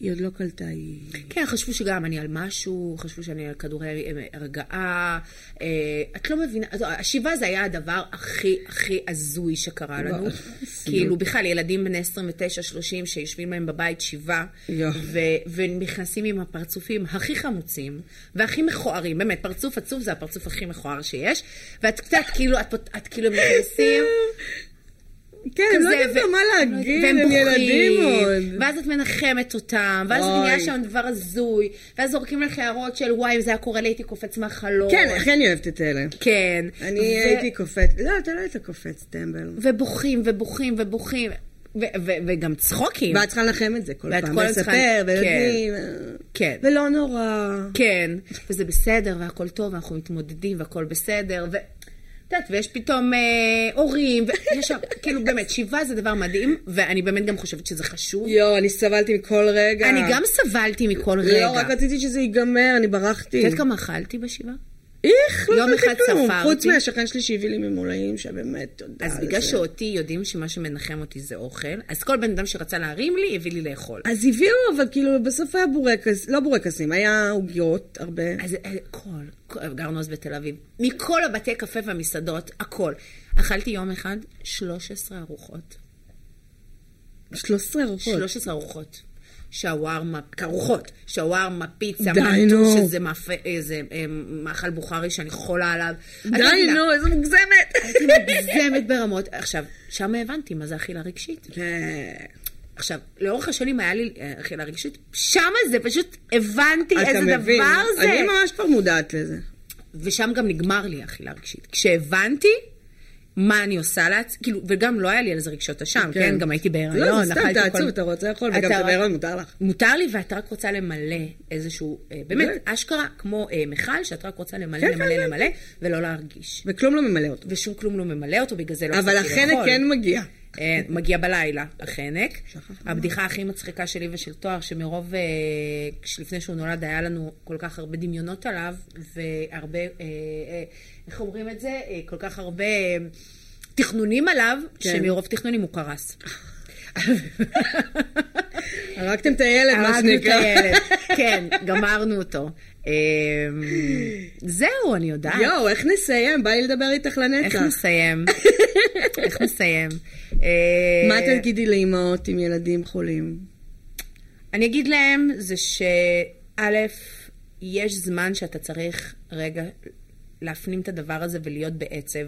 היא עוד לא קלטה, היא...
כן, חשבו שגם אני על משהו, חשבו שאני על כדורי אה, הרגעה. אה, את לא מבינה, אז השבעה זה היה הדבר הכי הכי הזוי שקרה לנו.
וואו.
כאילו, בכלל, ילדים בני 29-30 שיושבים להם בבית שבעה,
יואו.
ו- ונכנסים עם הפרצופים הכי חמוצים והכי מכוערים. באמת, פרצוף עצוב זה הפרצוף הכי מכוער שיש. ואת קצת כאילו, את פות- את כאילו נכנסים...
כן, הם לא
כזה,
יודעים גם
ו-
מה להגיד,
לא והם
הם ילדים
בוכים,
עוד.
ואז את מנחמת אותם, ואז זה
אוי.
נהיה שם דבר הזוי, ואז זורקים לך הערות של וואי, אם זה היה קורה לי הייתי קופץ מהחלום.
כן, הכי אני אוהבת את אלה.
כן.
אני
ו-
הייתי קופץ. לא, אתה לא היית קופץ, טמבל.
ובוכים, ובוכים, ובוכים, ו- ו- וגם צחוקים.
ואת צריכה לנחם את זה כל
כן. ואת
פעם,
כל הזמן
לספר,
צריכה-
ולהגיד, אה,
כן.
ולא נורא.
כן, וזה בסדר, והכל טוב, ואנחנו מתמודדים, והכל בסדר, ו... את יודעת, ויש פתאום אה, הורים, ויש שם, כאילו באמת, שבעה זה דבר מדהים, ואני באמת גם חושבת שזה חשוב.
יואו, אני סבלתי מכל רגע.
אני גם סבלתי מכל רגע.
לא, רק רציתי שזה ייגמר, אני
את
ברחתי.
יודעת כמה אכלתי בשבעה?
איך, לא
יום
הבנתי
אחד
כלום.
ספרתי.
חוץ מהשכן שלי שהביא לי ממולאים, שבאמת, תודה
אז
על
בגלל
אה, זה.
שאותי יודעים שמה שמנחם אותי זה אוכל, אז כל בן אדם שרצה להרים לי, הביא לי לאכול.
אז הביאו, אבל כאילו, בסוף היה בורקס, לא בורקסים, היה עוגיות הרבה.
אז אה, כל, כל- גרנו אז בתל אביב, מכל הבתי קפה והמסעדות, הכל. אכלתי יום אחד 13 ארוחות.
13 ארוחות.
13 ארוחות. שווארמה, ארוחות, שווארמה, פיצה,
די,
מנטוש,
נו.
איזה מאפה- איזה, אה, מאכל בוכרי שאני חולה עליו. לא
די, נו, איזה מוגזמת.
הייתי מגזמת ברמות. עכשיו, שם הבנתי מה זה אכילה רגשית.
כן.
עכשיו, לאורך השנים היה לי אה, אכילה רגשית, שמה זה, פשוט הבנתי
אתה
איזה
מבין.
דבר זה.
אני ממש כבר מודעת לזה.
ושם גם נגמר לי האכילה הרגשית. כשהבנתי מה אני עושה לעצמי, כאילו, וגם לא היה לי על זה רגשות אשם, כן.
כן.
כן? גם הייתי
לא,
בהיריון,
זה סתם,
אכלתי
אתה עצוב, אתה רוצה לאכול, וגם אתה בהיריון, מותר לך.
מותר לי, ואת רק רוצה למלא איזשהו, אה, באמת,
באמת.
אשכרה, כמו אה, מיכל, שאת רק רוצה למלא,
אוקיי. כן,
למלא,
כן, כן.
למלא, ולא להרגיש.
וכלום לא ממלא אותו.
ושום כלום לא ממלא אותו, בגלל זה לא
אבל
יכולתי
החנק
לאכול.
כן מגיע.
אה, מגיע בלילה, החנק.
שכחנו.
הבדיחה הכי מצחיקה שלי ושל תואר, שמרוב, אה, כשלפני שהוא נולד היה לנו כל כך הרבה דמיונות עליו, והרבה, אה, אה, איך אומרים את זה? אה, כל כך הרבה אה, תכנונים עליו,
כן.
שמרוב תכנונים הוא קרס.
הרגתם את הילד, מה
הרגנו את
שנקרא.
הילד. כן, גמרנו אותו. אה, זהו, אני יודעת.
יואו, איך נסיים? בא לי לדבר איתך
איך
לנצח.
נסיים? איך נסיים? אה,
מה תגידי לאימהות עם ילדים חולים?
אני אגיד להם זה שא', יש זמן שאתה צריך רגע להפנים את הדבר הזה ולהיות בעצב,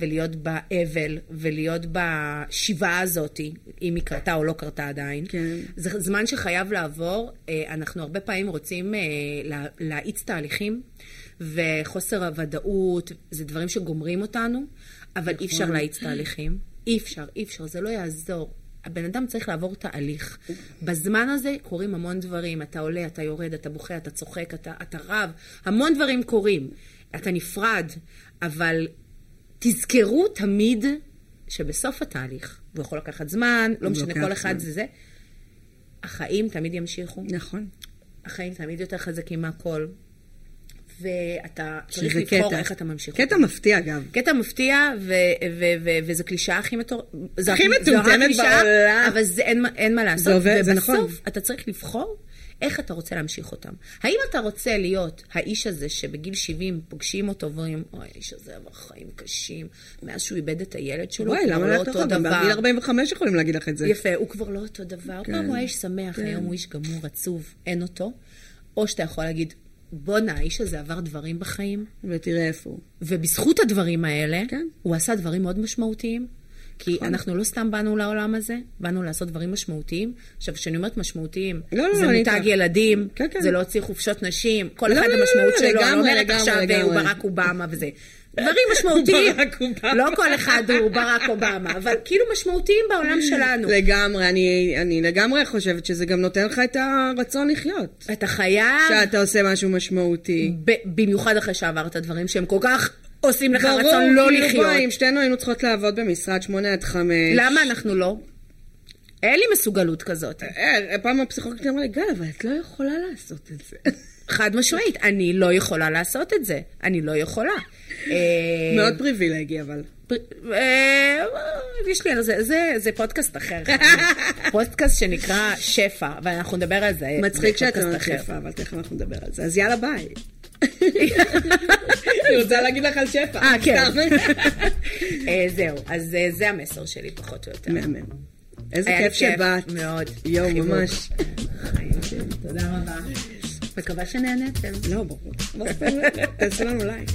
ולהיות באבל, ולהיות בשבעה הזאת, אם היא קרתה או לא קרתה עדיין.
כן.
זה זמן שחייב לעבור. אה, אנחנו הרבה פעמים רוצים אה, לה- להאיץ תהליכים, וחוסר הוודאות, זה דברים שגומרים אותנו, אבל אי אפשר להאיץ תהליכים. אי אפשר, אי אפשר, זה לא יעזור. הבן אדם צריך לעבור תהליך. בזמן הזה קורים המון דברים. אתה עולה, אתה יורד, אתה בוכה, אתה צוחק, אתה, אתה רב. המון דברים קורים. אתה נפרד, אבל תזכרו תמיד שבסוף התהליך, הוא יכול לקחת זמן, לא משנה,
לוקח
כל אחד
זמן.
זה זה, החיים תמיד ימשיכו,
נכון.
החיים תמיד יותר חזקים מהכל, ואתה צריך
שזה
לבחור
קטע.
איך אתה ממשיך.
קטע מפתיע, אגב.
קטע מפתיע, ו- ו- ו- וזו קלישאה הכי מטור... זו
הכי
זו
מטומטמת
רק קלישאה,
בעולם.
אבל זה, אין, מה- אין מה לעשות.
זה עובד, זה
ובסוף
נכון.
אתה צריך לבחור איך אתה רוצה להמשיך אותם. האם אתה רוצה להיות האיש הזה שבגיל 70 פוגשים אותו ואומרים, אוי, האיש הזה עבר חיים קשים, מאז שהוא איבד את הילד שלו,
וואי,
הוא כבר
למה
לא
לא
אותו
טוב? גם
דבר.
בגיל 45 יכולים להגיד לך את זה.
יפה, הוא כבר לא אותו דבר.
כן.
פעם הוא היה איש שמח,
כן.
היום הוא איש גמור, עצוב, אין אותו. או שאתה יכול להגיד, בואנה, האיש הזה עבר דברים בחיים,
ותראה איפה הוא.
ובזכות הדברים האלה,
כן. נכון.
הוא עשה דברים מאוד משמעותיים. כי אנחנו לא סתם באנו לעולם הזה, באנו לעשות דברים משמעותיים. עכשיו, כשאני אומרת משמעותיים,
לא, לא,
זה
לא, אני
מותג
איתך.
ילדים,
כן, כן.
זה להוציא חופשות נשים, כל
לא,
אחד
לא, לא,
המשמעות
לא,
שלו, אני
לגמרי,
אומרת
לגמרי,
עכשיו אה, הוא
לגמרי.
ברק אובמה וזה. דברים משמעותיים.
ברק אובמה.
לא כל אחד הוא ברק אובמה, אבל כאילו משמעותיים בעולם שלנו.
לגמרי, אני, אני לגמרי חושבת שזה גם נותן לך את הרצון לחיות.
אתה חייב,
שאתה עושה משהו משמעותי.
ב- במיוחד אחרי שעברת דברים שהם כל כך עושים לך
ברור,
רצון לא
כאילו,
לחיות.
בואי, אם שתינו היינו צריכות לעבוד במשרד שמונה עד חמש.
למה אנחנו לא? אין לי מסוגלות כזאת.
אה, פעם הפסיכולוגית אמרה לי, גל, אבל את לא יכולה לעשות את זה.
חד משמעית, אני לא יכולה לעשות את זה. אני לא יכולה. אה,
מאוד פריבילגי, אבל.
אה, יש לי על זה, זה, זה פודקאסט אחר. פודקאסט שנקרא שפע, ואנחנו נדבר על זה.
מצחיק שאת
בפודקאסט
אומרת
אחר.
שפע, אבל תכף אנחנו נדבר על זה. אז יאללה, ביי. אני רוצה להגיד לך על שפע.
אה, כן.
סתם.
אה, זהו, אז אה, זה המסר שלי פחות או יותר.
מהמם. איזה
היה לי
כיף שבאת.
מאוד.
יואו,
חיבוק.
ממש.
חיים שלי, תודה רבה. מקווה שנהנתם.
לא, ברור. מה זאת אומרת? תעשו לנו לייק.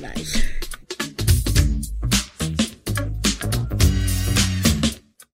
ביי.